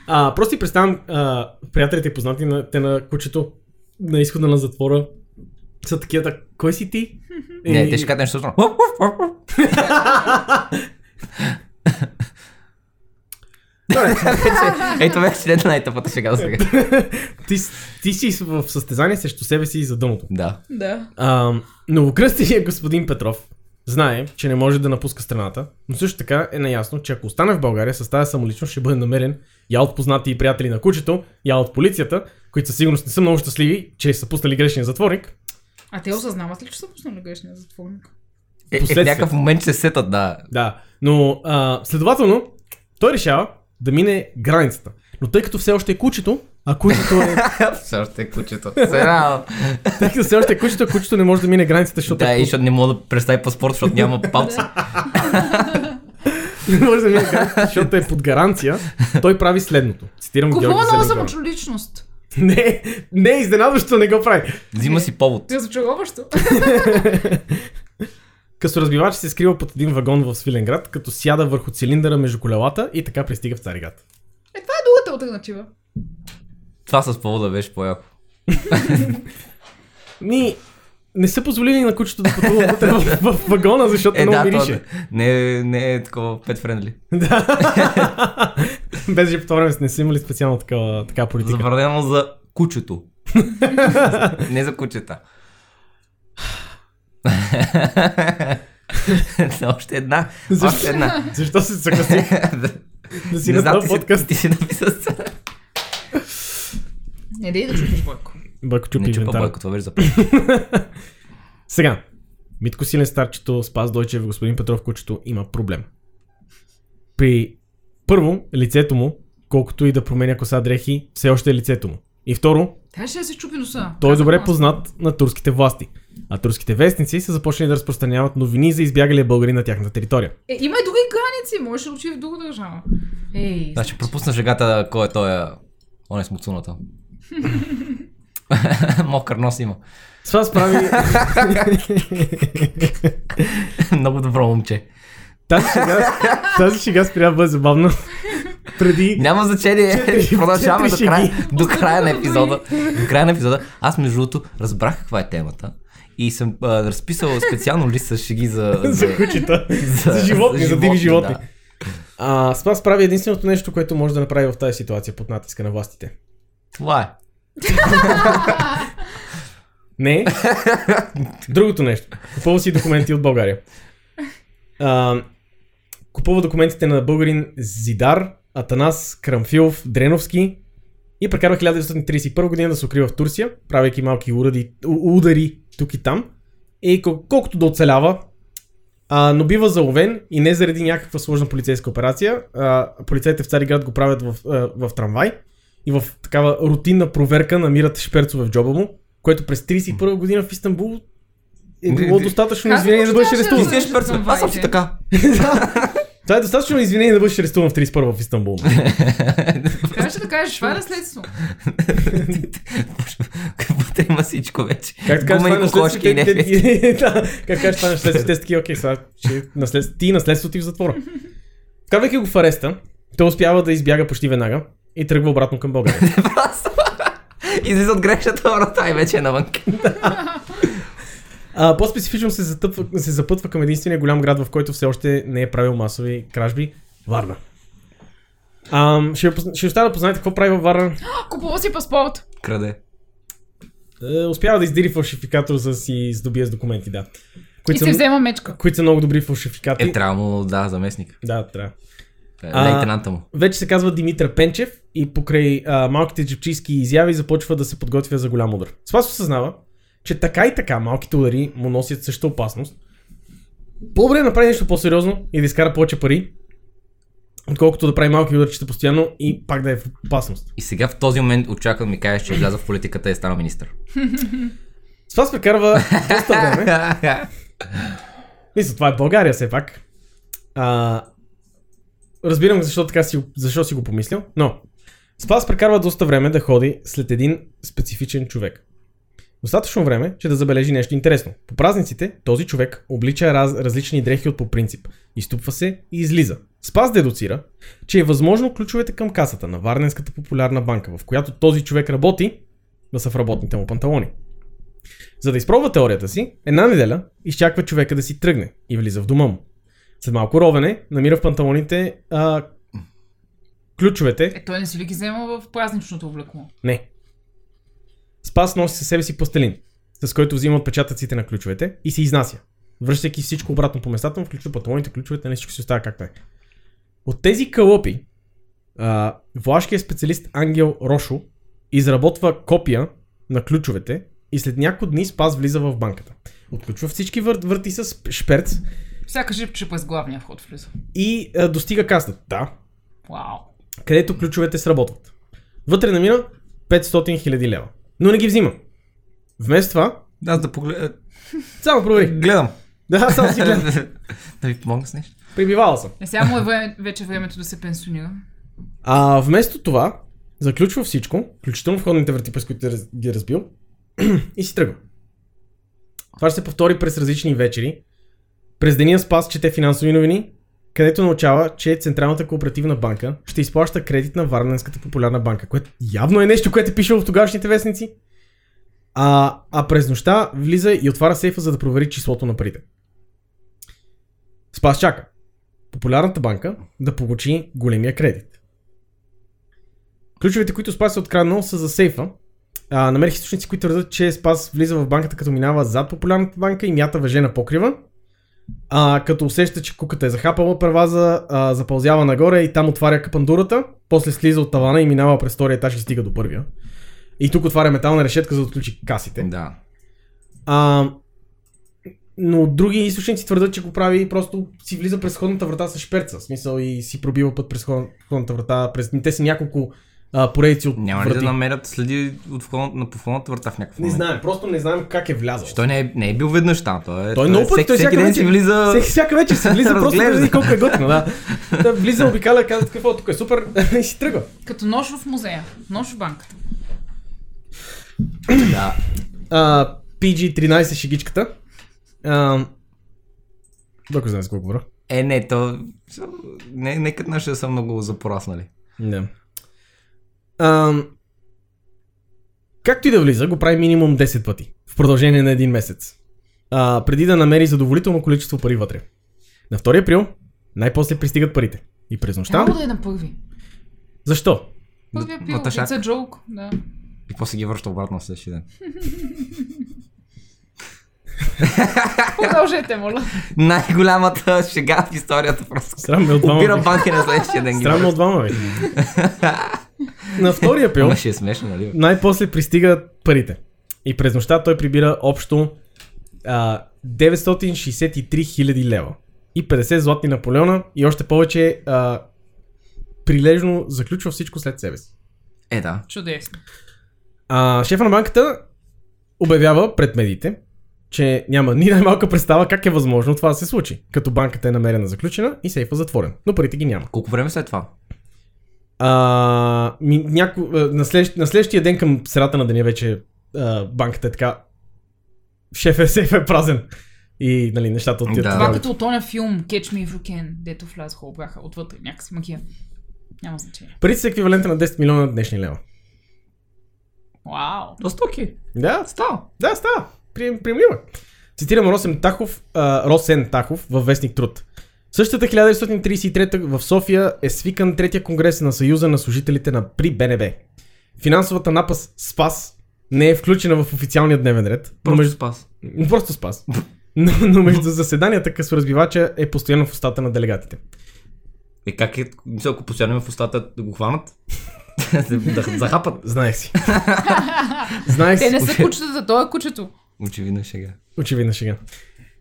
А, просто си представям а, приятелите и познати на, те на кучето на изхода на затвора са такива, так, кой си ти? (laughs) Не, И- те ще кажат нещо друго. Вече- (laughs) Ето вече не е най-тъпата шега сега. ти, с- ти си в състезание срещу себе си и за дъното. Да. Да. А, новокръстения господин Петров знае, че не може да напуска страната, но също така е наясно, че ако остане в България с тази самоличност, ще бъде намерен я от познати и приятели на кучето, я от полицията, които със сигурност не са много щастливи, че са пуснали грешния затворник. А те осъзнават ли, че са пуснали грешния затворник? Е, е, в Последствие. някакъв момент ще се сетат, да. Да, но а, следователно той решава да мине границата. Но тъй като все още е кучето, а кучето (laughs) е... Все още е кучето. Сега. тъй като все още е кучето, а кучето не може да мине границата, защото Да, е и защото не мога да представи паспорт, защото няма палци. (laughs) Не може да ми е гарант, защото е под гаранция. Той прави следното. Цитирам Георги Купува нова Селенгоров. самочуличност. (laughs) Не, не, изненадващо не го прави. Взима си повод. Разочароващо. (laughs) Късоразбивач се скрива под един вагон в Свиленград, като сяда върху цилиндъра между колелата и така пристига в Цариград. Е, това е другата альтернатива. Това с повода беше по-яко. Ми, не са позволили на кучето да пътува вътре в, в вагона, защото Е, много да, то, мирише. не, е- не е такова pet friendly. (laughs) Без че по това време не са имали специално такава, така политика. Забранено за кучето. не за кучета. (laughs) Още една. Още Защо? една. Защо се (laughs) съгласи да (laughs) си Не на знам, ти този си, подкаст? ти си написал. Не, дай да чупиш Бойко. Бако чупи Не чупа инвентара. бойко, това беше за Сега, Митко Силен Старчето, Спас Дойчев, господин Петров Кучето има проблем. При първо, лицето му, колкото и да променя коса дрехи, все още е лицето му. И второ, Трябваше да се чупи носа. той е добре Казах, познат на турските власти. А турските вестници са започнали да разпространяват новини за избягали българи на тяхната територия. Е, има и други граници, можеш да отиде в друга държава. Ей, Значи пропусна жегата, кой е той. Он е с муцуната. (laughs) Мокър нос има. (laughs) С това справи Много добро момче. тази шега, тази шега спря да бъде забавна преди Няма значение. (laughs) Четири- Продължаваме до четири края, до края на епизода. До края на епизода. Аз между другото разбрах каква е темата. И съм а, разписал специално лист с шеги за... за кучета, за животни, за диви животни. да. А, Спас прави единственото нещо, което може да направи в тази ситуация под натиска на властите. Това е. Не. Другото нещо. Купува си документи от България. А, купува документите на българин Зидар, Атанас, Крамфилов, Дреновски и прекарва 1931 година да се укрива в Турция, правейки малки уради, у- удари тук и там. И кол- колкото да оцелява, а, но бива заловен и не заради някаква сложна полицейска операция. А, полицаите в Цариград го правят в, а, в трамвай и в такава рутинна проверка намират шперцове в джоба му, което през 31 година в Истанбул е Не, било не. достатъчно Как извинение да може бъдеш да се арестуван. Ти си еш перца. Аз съм си така. Това е достатъчно извинение да бъдеш арестуван в 31 в Истанбул. трябваше да кажеш, това е наследство. (gasps) Вътре има всичко вече. Както кажеш, това е Гумени кокошки и наследството. те- не. те- (laughs) да, Как кажеш, това е наследство. Те са такива, окей, сега ще наследство- ти и наследството ти в затвора. Вкарвайки го в ареста, той успява да избяга почти веднага и тръгва обратно към България. Просто. Излиза от грешната врата и вече е навън. А, по-специфично се, затъпва, се запътва към единствения голям град, в който все още не е правил масови кражби – Варна. Ам, ще, ви позна- ще ви оставя да познаете какво прави във Варна. Купува си паспорт. Краде. Е, успява да издири фалшификатор, за да си здобие с документи, да. И Които си са, взема мечка. които са много добри фалшификати. Е, трябва му, да, заместник. Да, трябва. А. Лейтенанта му. Вече се казва Димитър Пенчев и покрай а, малките джипчийски изяви започва да се подготвя за голям удар. Спас осъзнава, че така и така малките удари му носят същата опасност. По-добре да направи нещо по-сериозно и да изкара повече пари, отколкото да прави малки ударчета постоянно и пак да е в опасност. И сега в този момент очаквам да ми кажеш, че е влязъл в политиката и е станал министър. Спас прекарва доста време (laughs) Мисля, това е България все пак. А, разбирам защо, така си, защо си го помислил, но Спас прекарва доста време да ходи след един специфичен човек. Достатъчно време, че да забележи нещо интересно. По празниците този човек облича раз, различни дрехи от по принцип. Изтупва се и излиза. Спас дедуцира, че е възможно ключовете към касата на Варненската популярна банка, в която този човек работи, да са в работните му панталони. За да изпробва теорията си, една неделя изчаква човека да си тръгне и влиза в дома му. След малко ровене, намира в панталоните а, ключовете. Е, той не си ли ги взема в празничното облекло? Не. Спас носи със себе си пластелин, с който взима отпечатъците на ключовете и се изнася. Връщайки всичко обратно по местата му, включва панталоните, ключовете, не всичко си остава както е. От тези калопи, а, влашкият специалист Ангел Рошо изработва копия на ключовете и след няколко дни Спас влиза в банката. Отключва всички вър- върти с шперц Всяка жипче през главния вход влиза. и а, достига касата. Да, Вау. където ключовете сработват. Вътре намира 500 000 лева. Но не ги взима. Вместо това, (laughs) Аз да погледам. само провери. Гледам. Да, само си гледам. (laughs) да ви помогна с нещо. Прибивала съм. Е, сега му е време, вече времето да се пенсионира. А вместо това, заключва всичко, включително входните врати, през които раз- ги е разбил, (clears throat) и си тръгва. Това ще се повтори през различни вечери. През деня Спас чете финансови новини, където научава, че Централната кооперативна банка ще изплаща кредит на Варненската популярна банка, което явно е нещо, което е пишело в тогашните вестници. А, а през нощта влиза и отваря сейфа, за да провери числото на парите. Спас чака. Популярната банка да получи големия кредит. Ключовете, които Спас е откраднал, са за сейфа. А, намерих източници, които твърдят, че Спас влиза в банката, като минава зад популярната банка и мята въже на покрива. А, като усеща, че куката е захапала праваза, а, запълзява нагоре и там отваря капандурата, после слиза от тавана и минава през втория етаж и стига до първия. И тук отваря метална решетка, за да отключи касите. Да. А, но други източници твърдят, че го прави и просто си влиза през ходната врата с шперца. В смисъл и си пробива път през ход- ходната врата. През... Те си няколко а, поредици от Няма ли врати. да намерят следи от входната, на повходната врата в някакъв Не момент? знаем, просто не знаем как е влязал. Той не е, не е бил веднъж там. Той, е- Той много пъти, всеки, той всеки всяка ден вечер си влиза... Всеки, всяка вечер си влиза, просто да Разглежда. види колко е готино, да. да влиза, обикаля, казва какво, тук е супер (laughs) и си тръгва. Като нож в музея. Нож в банката. Да. А, PG-13 шегичката. А, Дока знае с какво говоря. Е, не, то... Не, не като нашия са много запораснали. Да. А, както и да влиза, го прави минимум 10 пъти. В продължение на един месец. А, преди да намери задоволително количество пари вътре. На 2 април най-после пристигат парите. И през нощта. Трябва да е на първи. Защо? Първи април. на тъшак. It's a joke. Да. И после ги връща обратно следващия ден. Продължете, моля. Най-голямата шега в историята просто. Срам ме от двама. Обира бе. банки на следващия ден. ги Странно от връща. двама, бе. На 2 април Ама ще е смешно, нали? най-после пристигат парите. И през нощта той прибира общо а, 963 000 лева. И 50 златни Наполеона и още повече а, прилежно заключва всичко след себе си. Е, да. Чудесно. А, шефа на банката обявява пред медиите, че няма ни най-малка представа как е възможно това да се случи, като банката е намерена заключена и сейфа затворен, но парите ги няма. Колко време след това? А, ми, няко, а, на, следващ, на следващия ден към средата на деня вече а, банката е така. Шеф е, сейф е празен. И нали, нещата отиват. Да. Да. Това като от оня филм Catch Me If You Can, дето влязоха, обраха отвътре. Някакси магия. Няма значение. Парите са еквивалента е на 10 милиона днешни лева. Вау. Доста окей. Да, Става. да, става. Прием, приемливо. е. Цитирам Росен Тахов, а, Росен Тахов във Вестник Труд. Същата 1933 в София е свикан третия конгрес на Съюза на служителите на при БНБ. Финансовата напас Спас не е включена в официалния дневен ред. но Просто между- спас. Просто спас. Но, но между заседанията късоразбивача е постоянно в устата на делегатите. Е, как е, мисля, ако постоянно в устата да го хванат? (laughs) да захапат. Знаех (laughs) си. Знаех Те си. не са кучетата, то е кучето. Очевидно е шега. Очевидна шега.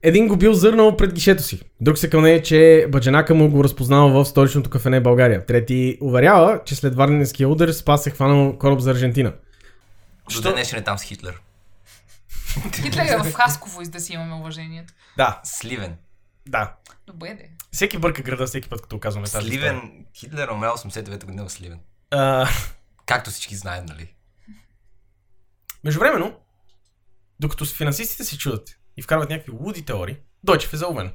Един го бил зърнал пред гишето си. Друг се кълне, че баджанака му го разпознава в столичното кафене България. Трети уверява, че след варненския удар спас е хванал кораб за Аржентина. Що? До днешен е там с Хитлер. Хитлер е в Хасково, и да си имаме уважението. Да, Сливен. да. Добре, де. Всеки бърка града всеки път, като казваме Сливен. Хитлер е умрял 89-та година в Сливен. Както всички знаем, нали? Междувременно, докато финансистите се чудат и вкарват някакви луди теории, Дойчев е заловен.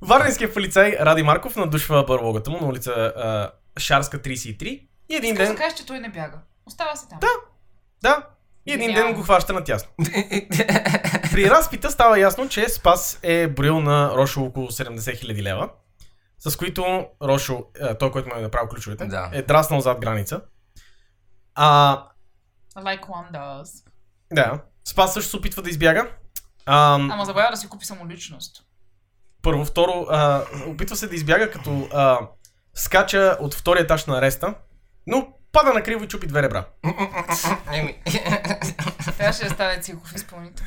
Варненският полицай Ради Марков надушва барлогата му на улица а, Шарска 33 и един Искаш да ден, кажеш, че той не бяга. Остава се там. Да. да, и един ден Гениално. го хваща на тясно. При разпита става ясно, че Спас е броил на Рошо около 70 000 лева, с които Рошо, а, той, който му е направил ключовете, Да. е драснал зад граница. А Like one does. Да. Спас също се опитва да избяга. Ам, Ама забравя да си купи самоличност. Първо, второ, а, опитва се да избяга, като а, скача от втория етаж на ареста, но пада на криво и чупи две ребра. (laughs) Еми, Трябваше да стане цирков изпълнител.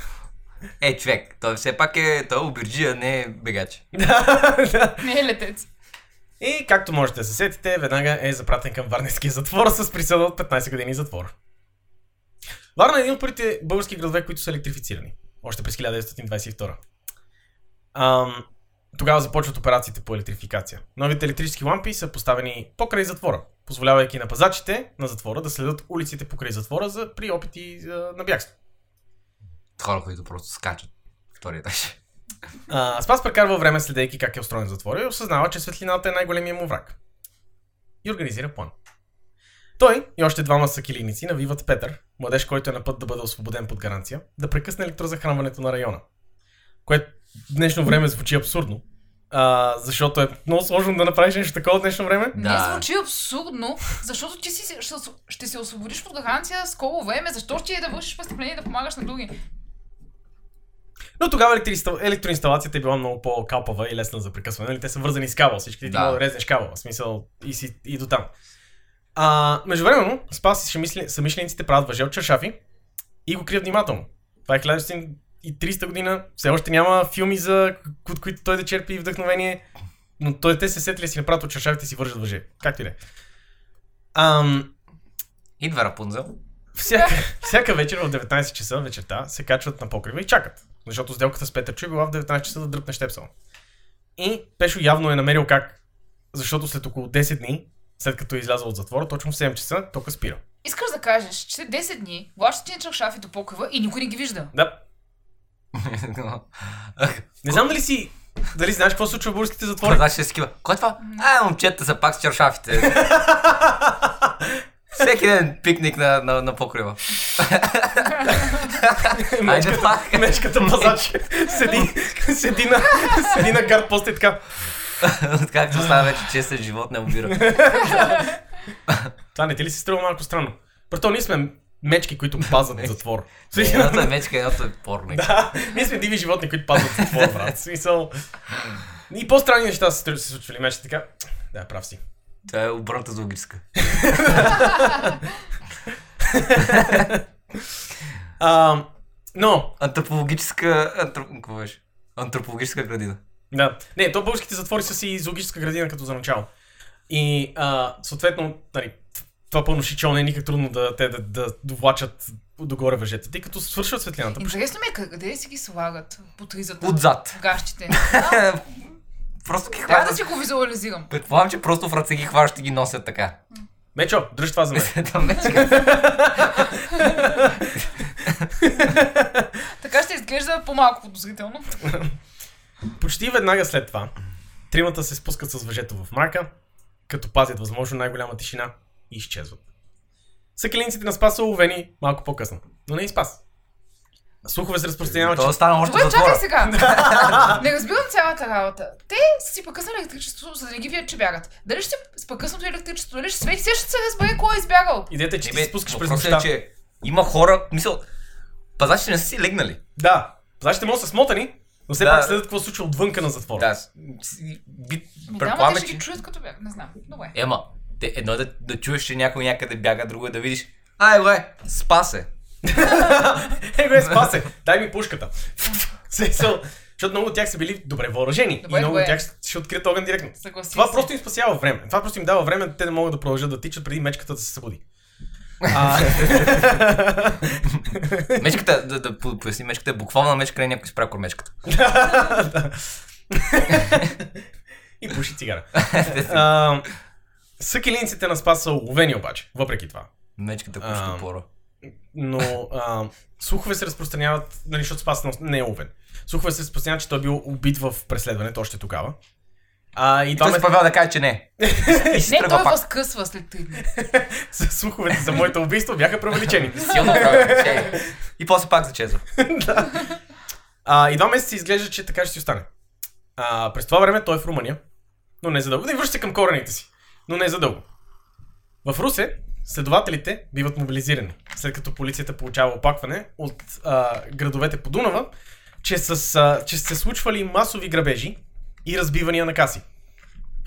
Е, човек, той все пак е, той е обирджия, не е бегач. Не е летец. И както можете да се сетите, веднага е запратен към Варненския затвор с присъда от 15 години затвор. Варна е един от първите български градове, които са електрифицирани. Още през 1922. Ам, тогава започват операциите по електрификация. Новите електрически лампи са поставени покрай затвора, позволявайки на пазачите на затвора да следят улиците покрай затвора за, при опити а, на бягство. Хора, които просто скачат. Втория етаж. А, Спас прекарва време следейки как е устроен затвора и осъзнава, че светлината е най-големия му враг. И организира план. Той и още двама сакилийници навиват Петър, младеж, който е на път да бъде освободен под гаранция, да прекъсне електрозахранването на района. Което в днешно време звучи абсурдно, а, защото е много сложно да направиш нещо такова в днешно време. Да. Не звучи абсурдно, защото ти си, ще, ще се освободиш от гаранция с колко време, защо ще е да вършиш престъпление и да помагаш на други? Но тогава електроинстал... електроинсталацията е била много по-капава и лесна за прекъсване. Нали? Те са вързани с кабел, всички ти Да. да. да резнеш кабел, в смисъл и, си, и до там. А, междувременно, Спас и шамисли- съмишлениците правят въже от чаршафи и го крият внимателно. Това е 1930 година, все още няма филми, за, от които той да черпи вдъхновение, но той те се сетили да си направят от чаршафите и си вържат въже. Както и да е. Ам, Идва Рапунзел. (laughs) всяка, всяка вечер в 19 часа вечерта се качват на покрива и чакат. Защото сделката с Петър Чу е била в 19 часа да дръпне щепсъл. И Пешо явно е намерил как. Защото след около 10 дни, след като е излязъл от затвора, точно в 7 часа, тока спира. Искаш да кажеш, че след 10 дни влачат ти на чаршафи до покрива и никой не ги вижда. Да. Не знам дали си... Дали знаеш какво се случва в българските затвори? Значи се скива. Кой е това? А, момчета са пак с (laughs) чаршафите. Всеки ден пикник на, на, на покрива. (laughs) Айде (laughs) пак. Е. Мечката пазач седи, седи, на, седи на гард поста и така. Откакто става вече честен живот, не (laughs) обира. Това не ти ли се струва малко странно? Прото ние сме мечки, които пазят затвор. Едното е мечка, едното е порник. Да, ние сме диви животни, които пазват затвора, брат. В Смисъл. И по-странни неща са се случвали. Мече така. Да, прав си. Това е обърната зоологическа. А, но, Антропологическа... Антроп... Какво беше? Антропологическа градина. да. Не, то българските затвори са си и зоологическа градина като за начало. И, а, съответно, нали, това пълно шичо не е никак трудно да те да, да довлачат догоре въжете, тъй като свършват светлината. Интересно ми е къде си ги слагат по тризата. Отзад. (laughs) В гащите. Просто ги Трябва да хващат. си го визуализирам. Предполагам, че просто в ръце ги хващат и ги носят така. (laughs) Мечо, дръж това за мен. Та мечка. Така ще изглежда по-малко подозрително. Почти веднага след това, тримата се спускат с въжето в мрака, като пазят възможно най-голяма тишина и изчезват. Сакелинците на Спас са уловени малко по-късно, но не и Спас. Слухове се разпространяват, че То стана още Добре, в е чакай затвора. сега. не разбирам цялата работа. Те са си прекъснали електричеството, за да не ги видят, че бягат. Дали ще с прекъснато електричество, дали ще свети, сега ще се разбере кой е избягал. идеята е, че ти Бе, се спускаш през въпросът нощта. е, че има хора, мисъл, пазачите не са си легнали. Да, плащите могат да са смотани, но все Да. пак следят какво се случва отвънка на затвора. (laughs) Да, с- с- би, Ми дама, Ами те предполагаме, ще че... ги чуят като бягат, не знам. Добре. Ема, те, едно е да, да чуеш, че някой някъде бяга, друго е да видиш. Ай, ле, спа се. Е, бе, спасе, дай ми пушката. (laughs) Сесъл, защото много от тях са били добре въоръжени. Добре, и много добре. от тях ще, ще открият огън директно. Съгласих Това се. просто им спасява време. Това просто им дава време те да могат да продължат да тичат преди мечката да се събуди. А, Мечката, да, да по- поясни, мечката е буквална мечка, не някой спря (laughs) кормечката. (laughs) и пуши цигара. А, съкелинците на спас са уловени обаче, въпреки това. Мечката Ам. кушка пора. но а, слухове се разпространяват, нали, защото Спас не- не е овен. Слухове се разпространяват, че той е бил убит в преследването още тогава. А, и два Той се месеца павял да каже, че не. И си Не, той тръгва пак. възкъсва след три дни. (laughs) слуховете за моето убийство бяха превеличени. Силно правя. че- И после пак зачезва. А, и два месеца изглежда, че така ще си остане. А, през това време той е в Румъния, но не за дълго. Да и връща се към корените си, но не за дълго. В Русе следователите биват мобилизирани, след като полицията получава опакване от а, градовете по Дунава, че, с, а, че са се случвали масови грабежи и разбивания на каси.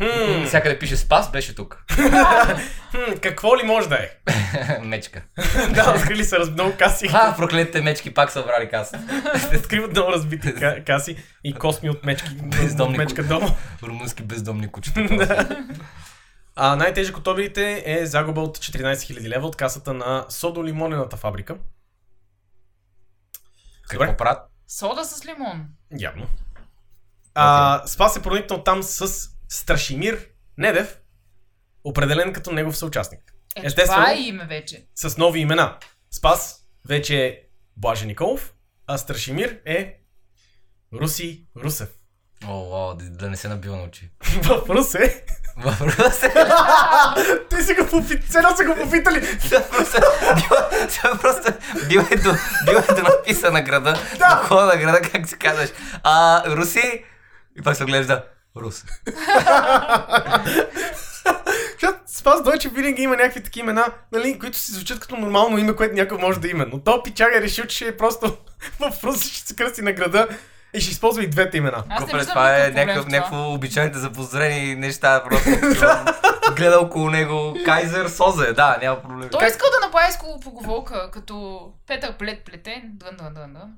Хм, Всякъде пише спас, беше тук. (laughs) хм, какво ли може да е? (laughs) Мечка. да, открили са разби- много каси, А, проклетите мечки пак са брали каса. откриват много разбити ка- каси и косми от мечки, от Бездомни мечка кучета. дома. (laughs) Румънски бездомни (laughs) кучета. А най-тежък от обидите е загуба от 14 000 лева от касата на содолимонената фабрика. Добре. Какво правят? Сода с лимон. Явно. А, Спас е проникнал там с Страшимир Недев, определен като негов съучастник. Е, Естествено. това е име вече. С нови имена. Спас вече е Блажен Николов, а Страшимир е Руси Русев. (laughs) О, вау, да, да не се набива на очи. В Русе? Въпрос е... Те си го попитали, сега са го попитали. Просто, е, била, това просто била е, до, била е до написа на града, да. до хода на града, как се казваш. А, Руси? И пак се оглежда. Рус. Защото Спас Дойче винаги има някакви такива имена, нали, които си звучат като нормално име, което някой може да има. Но то пичага е решил, че е просто (laughs) в Руси ще се кръсти на града и ще използва и двете имена. Аз не Купер, виждам това е никакъв проблем някакъв, в това. някакво обичайните за поздравени неща. Просто гледа около него Кайзер Созе. Да, няма проблем. Той искал да направи скоро поговорка, като Петър Плет плетен, дън дън дън дън.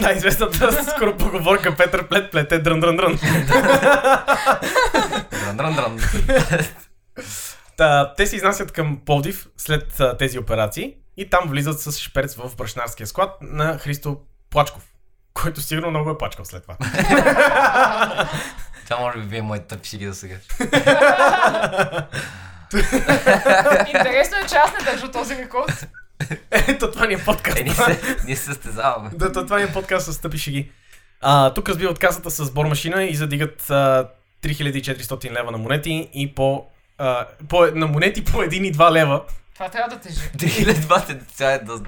Да, известната скоро поговорка Петър Плет плете дрън дрън дрън. Дрън, дрън, дрън. Та, те се изнасят към Пловдив след а, тези операции и там влизат с шперц в брашнарския склад на Христо Плачков, който сигурно много е плачкал след това. Това може би бие моите тъп шиги до сега. Интересно е, че аз не държа този рекорд. Ето това ни е подкаст. Е, ние се, ние се състезаваме. Да, то това е подкаст с тъпи шеги. А, тук разбиват касата с бормашина и задигат а, 3400 лева на монети и по, а, по на монети по 1 и 2 лева. Това трябва да тежи. 3020 тя е до-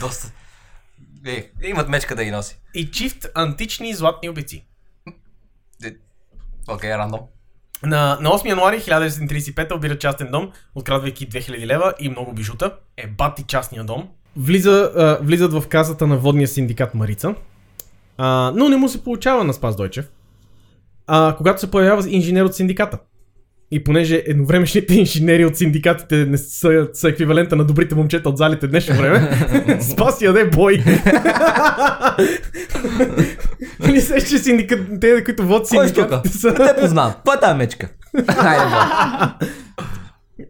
доста... Е, имат мечка да ги носи. И чифт антични златни обици. Е, Окей, рандом. На, на 8 януари 1935 обира частен дом, открадвайки 2000 лева и много бижута. Е бати частния дом. Влиза, а, влизат в касата на водния синдикат Марица, а, но не му се получава на Спас Дойчев, а, когато се появява инженер от синдиката. И понеже едновремешните (laughs) инженери от синдикатите не са, са еквивалента на добрите момчета от залите днешно време, Спас яде бой. Нали се, че синдикат, те, които водят е синдикатите са... познавам. Кой е тази мечка? Хайде, (laughs) бе.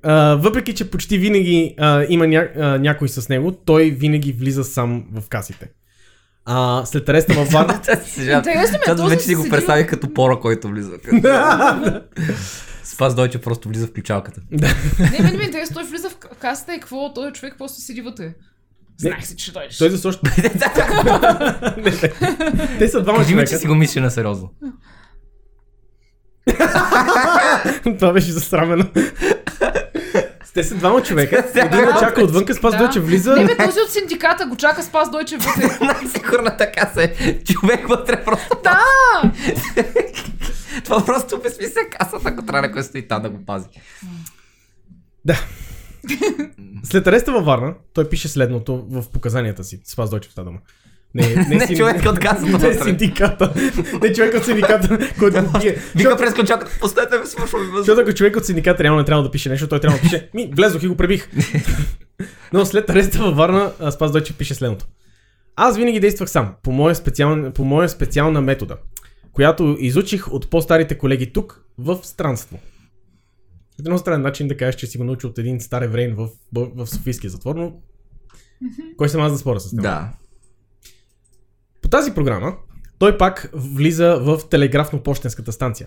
А, въпреки, че почти винаги а, има ня, а, някой с него, той винаги влиза сам в касите. А, след ареста във (laughs) Варна... Сега- Интересно ме, Аз този вече си го седи- представих като пора, който влиза. Спас Дойче просто влиза в ключалката. Не, мен ми е интересно, той влиза в к- касата и какво, този човек просто седи вътре. Знаех си, че е ще дойдеш. той за (laughs) също... Не, не. Те са двама Кажи ми, (laughs) че човека. си го мислиш на сериозно. Това беше засрамено. Те са двама (laughs) човека. Един го чака отвънка, Спас Да. Дойче влиза. Не бе, този от синдиката го чака Спас Дойче вътре. Най-сигурна така се. е. Човек вътре просто. Да! (laughs) Това просто безсмисля касата, ако трябва някой стои там да го пази. След ареста във Варна, той пише следното в показанията си. Спас Дойче в тази дума. Не, не, (laughs) Не, си- човек от (laughs) касата Не вътре. синдиката. Не човек от синдиката, който го бие. Вика през ключака, поставете ме, свършвам ми Защото ако човек от синдиката реално не трябва да пише нещо, той трябва да пише Ми, влезох и го пребих. Но след ареста във Варна, а, Спас Дойче пише следното. Аз винаги действах сам, по моя, специална, по моя специална метода, която изучих от по-старите колеги тук, в странство. Един странен начин да кажеш, че си го научил от един стар еврейн в, Бъл- в Софийския затвор, но кой съм аз да споря с него? Да. По тази програма той пак влиза в телеграфно-почтенската станция.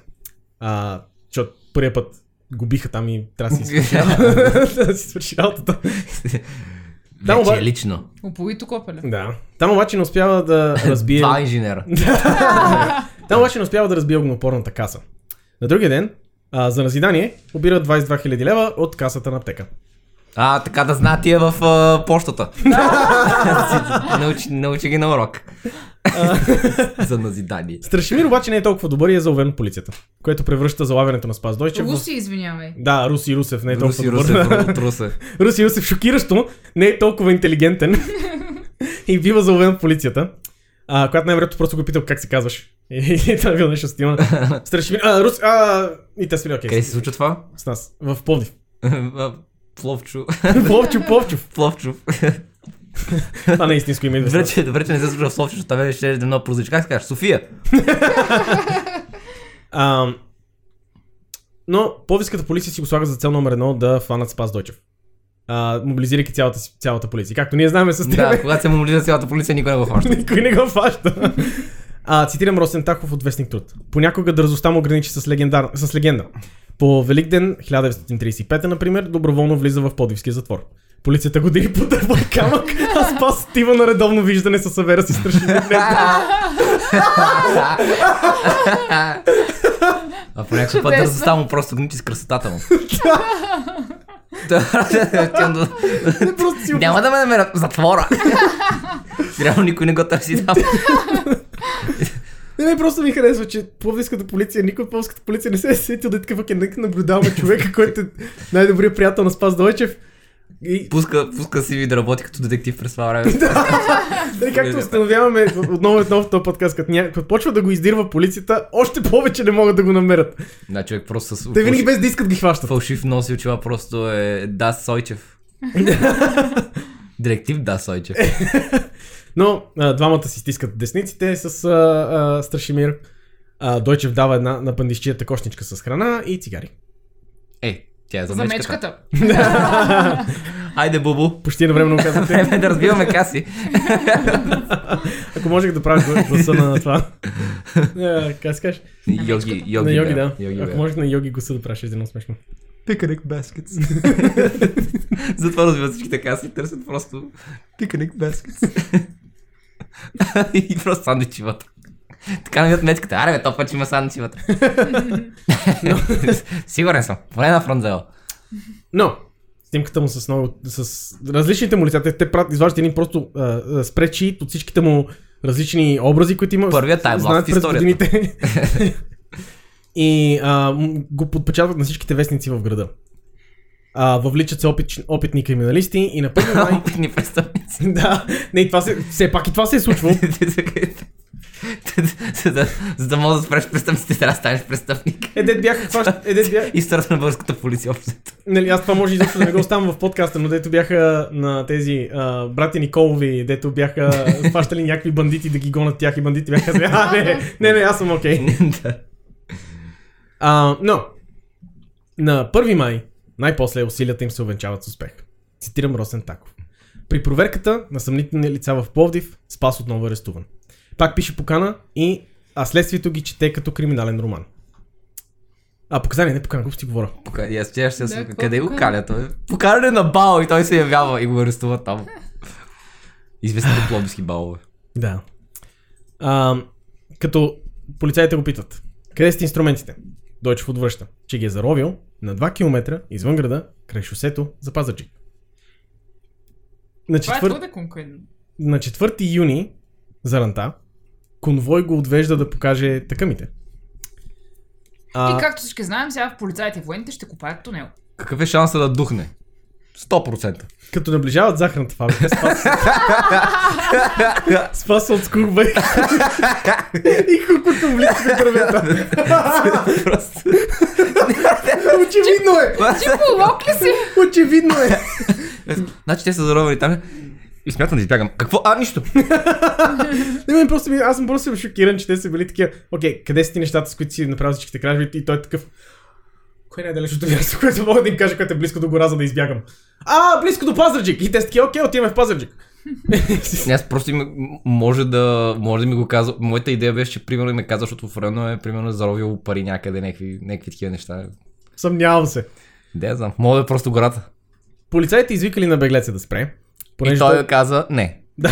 А, защото първия път го биха там и трябва (laughs) да си свърши "Значи работата. (laughs) да си свърши работата. Там Вече обаче- е лично. Упорито копеле. Да. Там обаче не успява да разбие... Два е инженера. (laughs) Там обаче не успява да разбие огнопорната каса. На другия ден, а, за назидание, обира 22 000 лева от касата на аптека. А, така да знаят тия е в а, почтата. (laughs) научи, научи ги на урок. (laughs) За назидание. Страшимир обаче не е толкова добър и е заловен от полицията, което превръща залавянето на Спас Дойче в... Руси, извинявай. Да, Руси Русев не е толкова Руси, добър. (laughs) Русе, Русе. Руси Юсеф шокиращо не е толкова интелигентен и бива заловен от полицията, а, която най-вероятно просто го е питал как се казваш. (laughs) И, и той е бил нещо стилно. Страшимир, а, Рус, а, и те са били окей Къде с, се случва това? (laughs) с нас. В Пловдив. (laughs) А, Пловчо. (laughs) Пловчо, Пловчов. Пловчов. Това не е истинско име. идва с Добре, нас. че, добре, че не се случва в Пловчо, защото там ще е едно прозвучи. Как се кажеш? София. А, но Пловдивската полиция си го слага за цел номер едно да фанат Спас Дойчев. А, мобилизирайки цялата, си- цялата полиция. Както ние знаем с тебе. Да, когато се мобилизира цялата полиция, никой не го хваща. Никой не го фаща. А, цитирам Росен Тахов от Вестник Труд. Понякога дързостта му граничи с, легендар... с легенда. По Великден 1935, например, доброволно влиза в подивския затвор. Полицията го дели под дърво и камък, а спас отива на редовно виждане с Авера си страшно. А понякога път Чудесно. дързостта му просто гничи с красотата му. Да. Просто си Няма да ме намерят в затвора. Трябва никой не го търси там. Не, не, просто ми харесва, че пловдивската полиция, никой от пловдивската полиция не се е сетил да е такъв нека наблюдаваме човека, който е най-добрият приятел на Спас Дойчев. И Пуска, пуска си ви да работи като детектив през това време. Нали, както установяваме отново и отново в този подкаст, като, ня... като почва да го издирва полицията, още повече не могат да го намерят. Да, човек просто с Те винаги без да искат ги хващат. фалшив нос и очила просто е Да Сойчев. Директив Да Сойчев. Но а, двамата си стискат десниците с а, а, Страшимир. А, Дойчев дава една на пандищията кошничка с храна и цигари. (laughs) Е, тя е за За мечката. мечката. Айде, Бубу. Почти едновременно му казвате, Време е да разбиваме каси. ако можех да правя гла- гласа на (laughs) това. А, Как се кажеш? Йоги, На йоги, Йоги, Бел. да. Йоги Ако Бел. можех на Йоги гласа да правя, ще е едно смешно. Picnic (laughs) baskets. Затова разбиват всичките каси, търсят просто Picnic baskets. (laughs) и просто сандвичи вътре. Така намират мечката. Аре, бе, то път има сандвичи вътре. (laughs) Сигурен съм. Поне на фронзела. Но, снимката му с, много, с различните му лица, те, те правят, изваждат един просто а, а, спречи от всичките му различни образи, които има. Първият таймлапс знаят в през историята. годините. (laughs) И а, м- го подпечатват на всичките вестници в града. А, въвличат се опит, опитни криминалисти и на 1 (laughs) май... (laughs) Опитни престъпници. да, не, и това се, все пак и това се е случвало. за, да, за да можеш да спреш престъпниците, трябва да станеш престъпник. Е, дед бяха, хващ- е, дед бяха, Историята на българската полиция. общо. Нали, аз това може изобщо да не го оставам в подкаста, но дето бяха на тези а, брати Николови, дето бяха хващали някакви бандити да ги гонат тях и бандити бяха казали, а, не, не, не, аз съм окей. (laughs) Да. А, но, на 1 май най-после усилията им се увенчават с успех. Цитирам Росен Таков. При проверката на съмнителни лица в Пловдив, Спас отново е арестуван. Пак пише покана и а следствието ги чете като криминален роман. А, показания, не покана, глупости говоря. Пока- и аз ще се да, Да, какво къде го покана? каня той? е Покаране на бал и той се явява и го арестува там. (laughs) Известните пломбски балове. Да. А, като полицаите го питат, къде сте инструментите? Дойчев отвръща, че ги е заровил на 2 км извън града, край шосето за Пазарджик. На, Това е четвър... твърде конкретно. на 4 юни, заранта, конвой го отвежда да покаже такъмите. И А, както всички знаем, сега в полицаите и военните ще копаят тунел. какъв е шанса да духне? 100%. Като наближават захарната фабрика, спас, (laughs) спас от скурба и, и хукото влиза на дървета. (laughs) Просто. Очевидно е! Ти полок ли си? Очевидно е! Значи те са заровали там. И смятам да избягам. Какво? А, нищо. Не, мен просто, ми- аз съм просто шокиран, че те са били такива. Окей, къде са ти нещата, с които си направил всичките кражби? И той е такъв. Кое е най-далечното място, (laughs) което мога да им кажа, което е близко до гора, за да избягам? А, близко до Пазарджик! И те са такива, окей, отиваме в Пазарджик. Не, аз просто им, може да, може да ми го казва. Моята идея беше, че примерно им е казал, защото в района е примерно заровил пари някъде, някакви, някакви такива неща. Съмнявам се. Да, я знам. Мога да е просто гората. Полицаите извикали на беглеца да спре. И Понеже той, той е- каза, не. (laughs) да,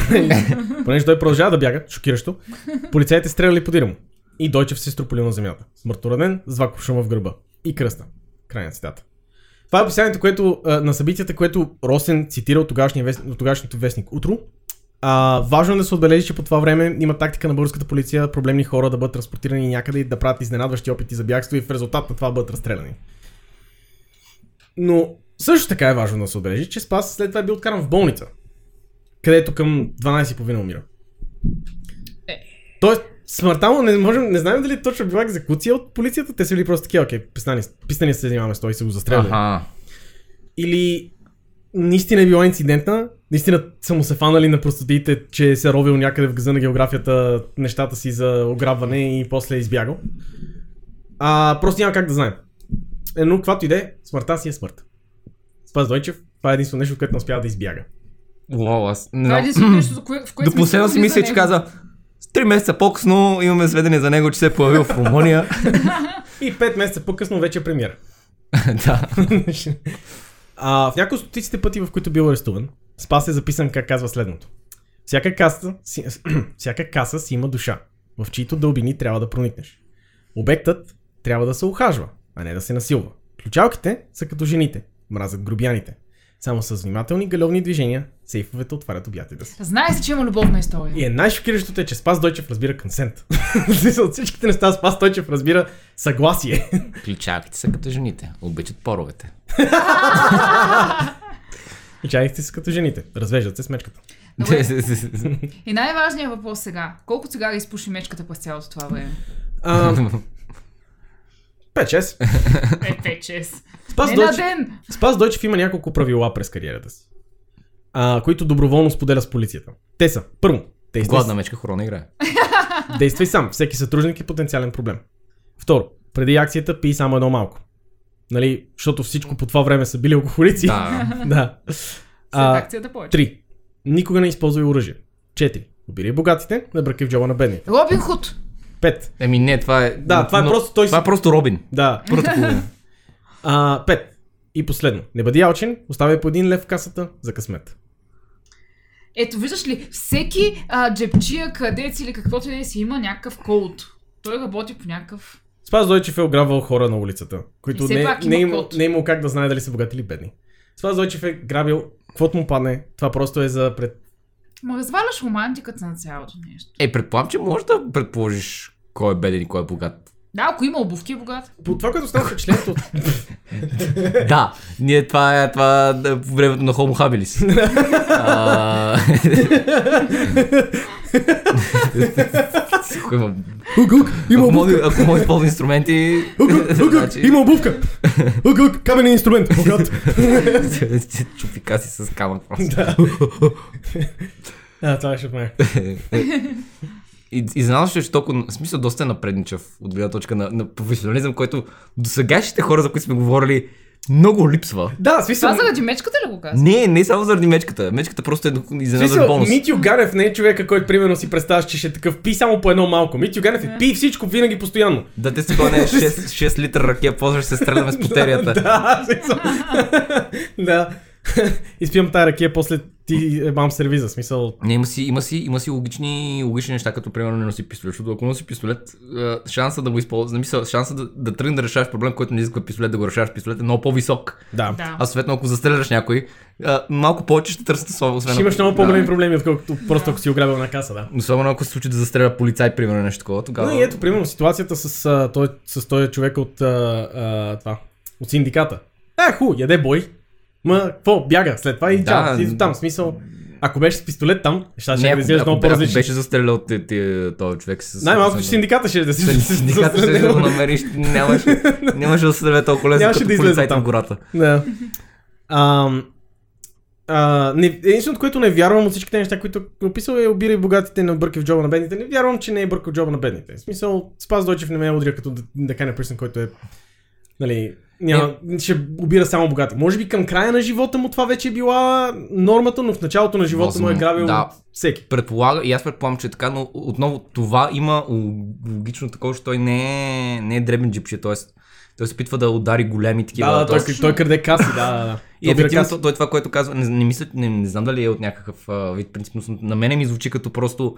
понеже той продължава да бяга, шокиращо, полицаите стреляли по дира му. И Дойчев се струпали на земята. Смърторанен, с два куршума в гърба. И кръста. Край на цитата. Това е описанието което, а, на събитията, което Росен цитира от, тогашния вестник, от тогашното вестник Утро. А, важно е да се отбележи, че по това време има тактика на българската полиция проблемни хора да бъдат транспортирани някъде и да правят изненадващи опити за бягство и в резултат на това да бъдат разстреляни. Но също така е важно да се отбележи, че Спас след това е бил откаран в болница, където към 12.30 умира. Е. Тоест, смъртта му не можем, не знаем дали точно била екзекуция от полицията, те са били просто такива, окей, писани, писани се занимаваме с той и са го застреляли. Аха. Или наистина е била инцидентна, наистина са му се фанали на простотиите, че се е ровил някъде в газа на географията нещата си за ограбване и после е избягал. А, просто няма как да знаем. Е, но каквато и да е, смъртта си е смърт. Спас Дойчев, това е единствено нещо, което не успява да избяга. Уау, аз не Това е знам. единственото нещо, за кое, в което До последно е си мисля, че каза, с три месеца по-късно имаме сведения за него, че се е появил в Румъния. И 5 месеца по-късно вече е премиер. (laughs) да. а, в някои от стотиците пъти, в които бил арестуван, Спас е записан как казва следното. Всяка каса, си, (clears throat) всяка каса си има душа, в чието дълбини трябва да проникнеш. Обектът трябва да се ухажва, а не да се насилва. Ключалките са като жените, мразят грубяните. Само с внимателни галевни движения, сейфовете отварят обятите си. Знае се, че има любовна история. И е най-шокиращото е, че Спас Дойчев разбира консент. (laughs) От всичките неща Спас Дойчев разбира съгласие. (laughs) Ключавките са като жените. Обичат поровете. И чайките са като жените. Развеждат се с мечката. (laughs) Добре. И най-важният въпрос сега. Колко цигари изпуши мечката през цялото това време? А, 5-6. 5-6. Спас, Е, Не на Дойчев, ден! Спас Дойчев има няколко правила през кариерата си, а, които доброволно споделя с полицията. Те са, първо, действай, Гладна мечка хорона играе. действай сам, всеки сътрудник е потенциален проблем. Второ, преди акцията пий само едно малко. Нали, защото всичко по това време са били алкохолици. Да. (laughs) да. След А, акцията повече. три, никога не използвай оръжие. Четири, обирай богатите, не бръкай в джоба на бедни. Робин Худ! Пет, Еми не, това е... Да, това е просто той си- Това е просто Робин. да, Първата половина. А, пет. И последно. Не бъди алчен, оставяй по един лев в касата за късмет. Ето, виждаш ли, всеки а, джепчия, кадец или каквото и да е си има някакъв код. Той работи по някакъв... Спас Дойчев е ограбвал хора на улицата, които И все не, пак има не, е имал, код. не е имал как да знае дали са богати или бедни. Спас Дойчев е грабил каквото му падне. Това просто е за пред... Ма разваляш романтиката на цялото нещо. Е, предполагам, че можеш да предположиш кой е беден и кой е богат. Да, ако има обувки, е богат. По това, което става впечатлението от... (laughs) да, ние това е това да, по времето на Homo (laughs) habilis. А, (laughs) Ако има- Ук, ук, има (laughs) ако мога- обувка! ако мога да използвам инструменти... (laughs) Ук, ук, ук, ук, значи- има (laughs) обувка! Ук, ук, каменен инструмент! Богат! Чупика си с камък просто. А, това беше от мен. И, и знам, че е толкова, в смисъл, доста е напредничав от гледна точка на, на професионализъм, който до сегашните хора, за които сме говорили, много липсва. Да, Това смисъл... заради мечката ли го казва? Не, не само заради мечката. Мечката просто е изненадан Смисъл, бонус. Митю Ганев не е човека, който примерно си представяш, че ще е такъв пи само по едно малко. Митю Ганев е пи всичко винаги постоянно. Да те (laughs) си гоне 6, (laughs) 6 литра ракия, после ще се стреляме с потерията. Да, в смисъл. да. изпивам тази ракия, после ти е, мам сервиза, смисъл. Не, има си, има си, има си логични, логични неща, като примерно не носи пистолет, защото ако носи пистолет, е, шанса да го използваш, мисъл, шанса да, да тръгне да решаваш проблем, който не изисква пистолет, да го решаваш с пистолет е много по-висок. Да. Да. А съответно, ако застреляш някой, е, малко повече ще търсят особено. Ще имаш много по-големи проблеми, отколкото просто ако си ограбил на каса, да. Особено ако се случи да застреля полицай, примерно нещо такова, Да, тогава. и ето, примерно, ситуацията с, а, той, с този човек от, а, а, това, от синдиката. А, ху, яде бой. Ма, какво, бяга след това и Да. чао, си до там, в смизъл. Ако беше с пистолет там, ще ще ако- да изглеждаш ако много бе- ако по-различно. беше застрелял ти- ти- този човек с... Най-малкото, с- че синдиката ще е да си с- с- Синдиката (laughs) ще да го намериш, нямаше, нямаше да се даде толкова лесно, Нямаше като да излезе полицайите там. в гората. Да. Ам, а, не, единственото, което не вярвам от всичките неща, които е описал е обирай богатите на бърки в джоба на бедните. Не вярвам, че не е бъркал в джоба на бедните. В смисъл, Спас Дойчев не ме е удря като декан е пръсен, който е... Нали, няма, Е. ще обира само богати. Може би към края на живота му това вече е била нормата, но в началото на живота му е Възможно, грабил да. от всеки. Предполага, и аз предполагам, че е така, но отново това има лог- логично такова, че той не е, не е дребен джипче, т.е. той се опитва да удари големи такива. Да, да, той, т.е. той краде каси, да, да, да. И Той бира ефективно каси. той е това, което казва, не, не, мисля, не, не знам дали е от някакъв а, вид принципност, но на мене ми звучи като просто,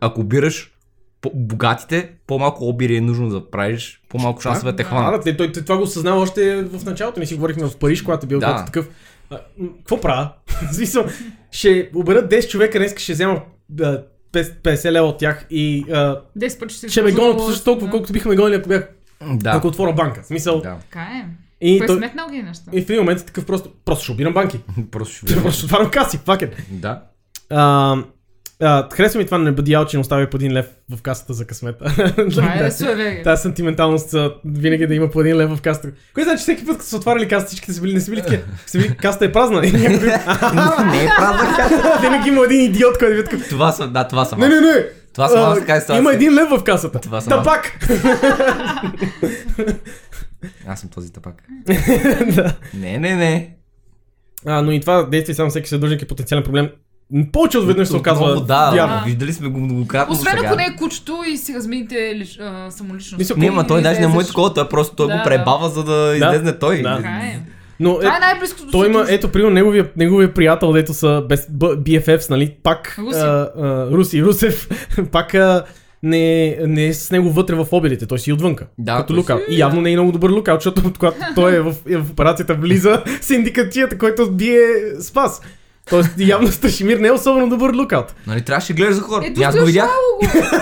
ако бираш по- богатите, по-малко обири е нужно да правиш, по-малко шансове те А, хванат. да, те- той, той, това го осъзнава още в началото. Ние си говорихме в Париж, когато е бил Да. да. такъв. а, м, Какво правя? (laughs) В смисъл, ще обера 10 човека, днес ще взема да, 50 50 лева от тях и а, Десет пъти ще си ще ме използвала- гонят по също толкова, Да. колкото биха ме гонили, ако бях, Да. ако отворя банка. В Смисъл. Да, Така е. И, той, Пресметнал ги неща. и в един момент е такъв просто, просто ще обирам (laughs) банки. просто ще видим. просто ще отварям каси, факен. (laughs) Да. А, а, харесва ми това не бъди ял, че не оставя по един лев в касата за късмета. (laughs) Това е Да. суеверие. Тази сантименталност а, винаги да има по един лев в каста. Кой значи всеки път, като са отваряли каста, всичките са били, не са били такива. Са били, каста е празна. И някой (laughs) друг, «Аха!» Не е празна Винаги има един идиот, който ви е такъв. Това съм, да, това съм. Не, аз. не, не. Това съм аз, а, така е става. Има един лев в касата. Това съм Та аз. пак. Аз съм (laughs) този тапак. Не, не, не. А, но и това действие само всеки съдружник е потенциален проблем. Повече от веднъж се оказва. Отново, да, вярно. да, виждали сме го многократно Освен сега. ако не е кучето и си размините лиш, а, самолично. Мисля, Не, ако- ма той Или даже не му е излезеш. такова, той просто той Да, го да. пребава, за да излезне той. Да. Така е. Но е, Това е най-близкото. той има, сътрудничество. ето, примерно, неговия, неговия приятел, дето са без, Б- BFFs, нали, пак Руси. а, а, Руси, Русев, (laughs) пак а, не, не е с него вътре в обедите, той си е отвънка. Да, като той лукал. си- И явно не е много добър лукал, защото (laughs) когато той е в, е в операцията влиза синдикатията, който бие спас. Тоест, явно Сташимир не е особено добър лукаут. Нали трябваше да гледаш за хора. Е, И аз го достатъчно видях.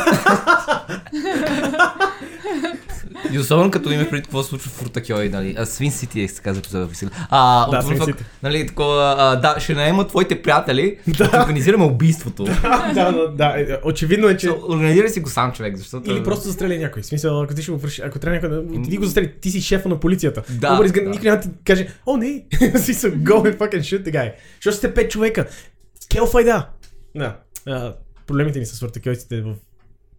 И особено като имаш преди какво се случва в Фуртакьой, нали? А, Свин Сити е се казва епизода в А, Да, от Свин това, Сити. нали, такова, а, да, ще наема твоите приятели, да. ще организираме убийството. да, да, да, е, очевидно е, че... Ще Организирай си го сам човек, защото... Или просто застреля някой. В смисъл, ако ти ще го върши, ако трябва някой да... Ти го застрели, ти си шефа на полицията. Да, Обърз, да. Никой няма да ти каже, о не, (laughs) си са go and fucking shoot the guy. Защото сте пет човека. Кел файда. Да. А, проблемите ни с въртакелците в,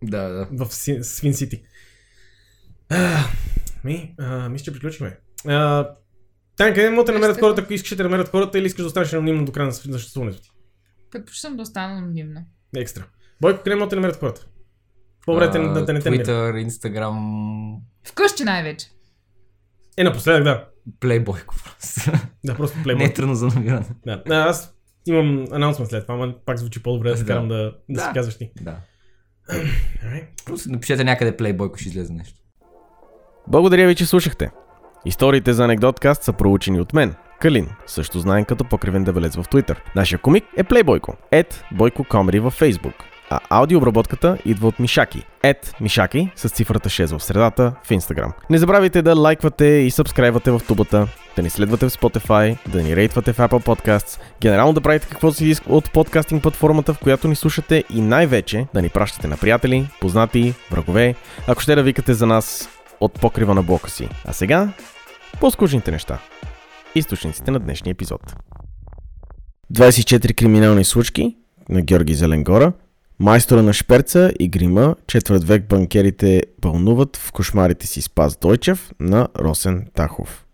Да, да. в Си- Свин Сити. А, Ми, а, мисля, че приключихме. А, Тань, къде могат да намерят Ще- хората, ако искаш да намерят хората или искаш да останеш анонимно до края на съществуването ти? Предпочитам да остана анонимна. Екстра. Бойко, къде могат да намерят хората? По-добре да те- да те не те намерят. Twitter, Instagram, Вкъщи най-вече. Е, напоследък, да. Playboy, просто. Да, просто Не плейбой. е трудно за намиране. Да. А, аз имам анонсмент след това, ама пак звучи по-добре да се Да. карам да, да, си Да. казваш ти. Да. Alright. Просто напишете някъде Playboy, ако ще излезе нещо. Благодаря ви, че слушахте. Историите за анекдоткаст са проучени от мен, Калин, също знаен като покривен дебелец в Twitter. Нашия комик е Playboyko, at Бойко Comedy във Facebook. А аудиообработката идва от Мишаки. At Мишаки с цифрата 6 в средата в Instagram. Не забравяйте да лайквате и сабскрайбвате в тубата, да ни следвате в Spotify, да ни рейтвате в Apple Podcasts, генерално да правите каквото си иска от подкастинг платформата, в която ни слушате и най-вече да ни пращате на приятели, познати, врагове, ако ще да викате за нас от покрива на блока си. А сега по-скучните неща. Източниците на днешния епизод. 24 криминални случки на Георги Зеленгора, майстора на шперца и грима, четвърт век банкерите пълнуват в кошмарите си Спас Дойчев на Росен Тахов.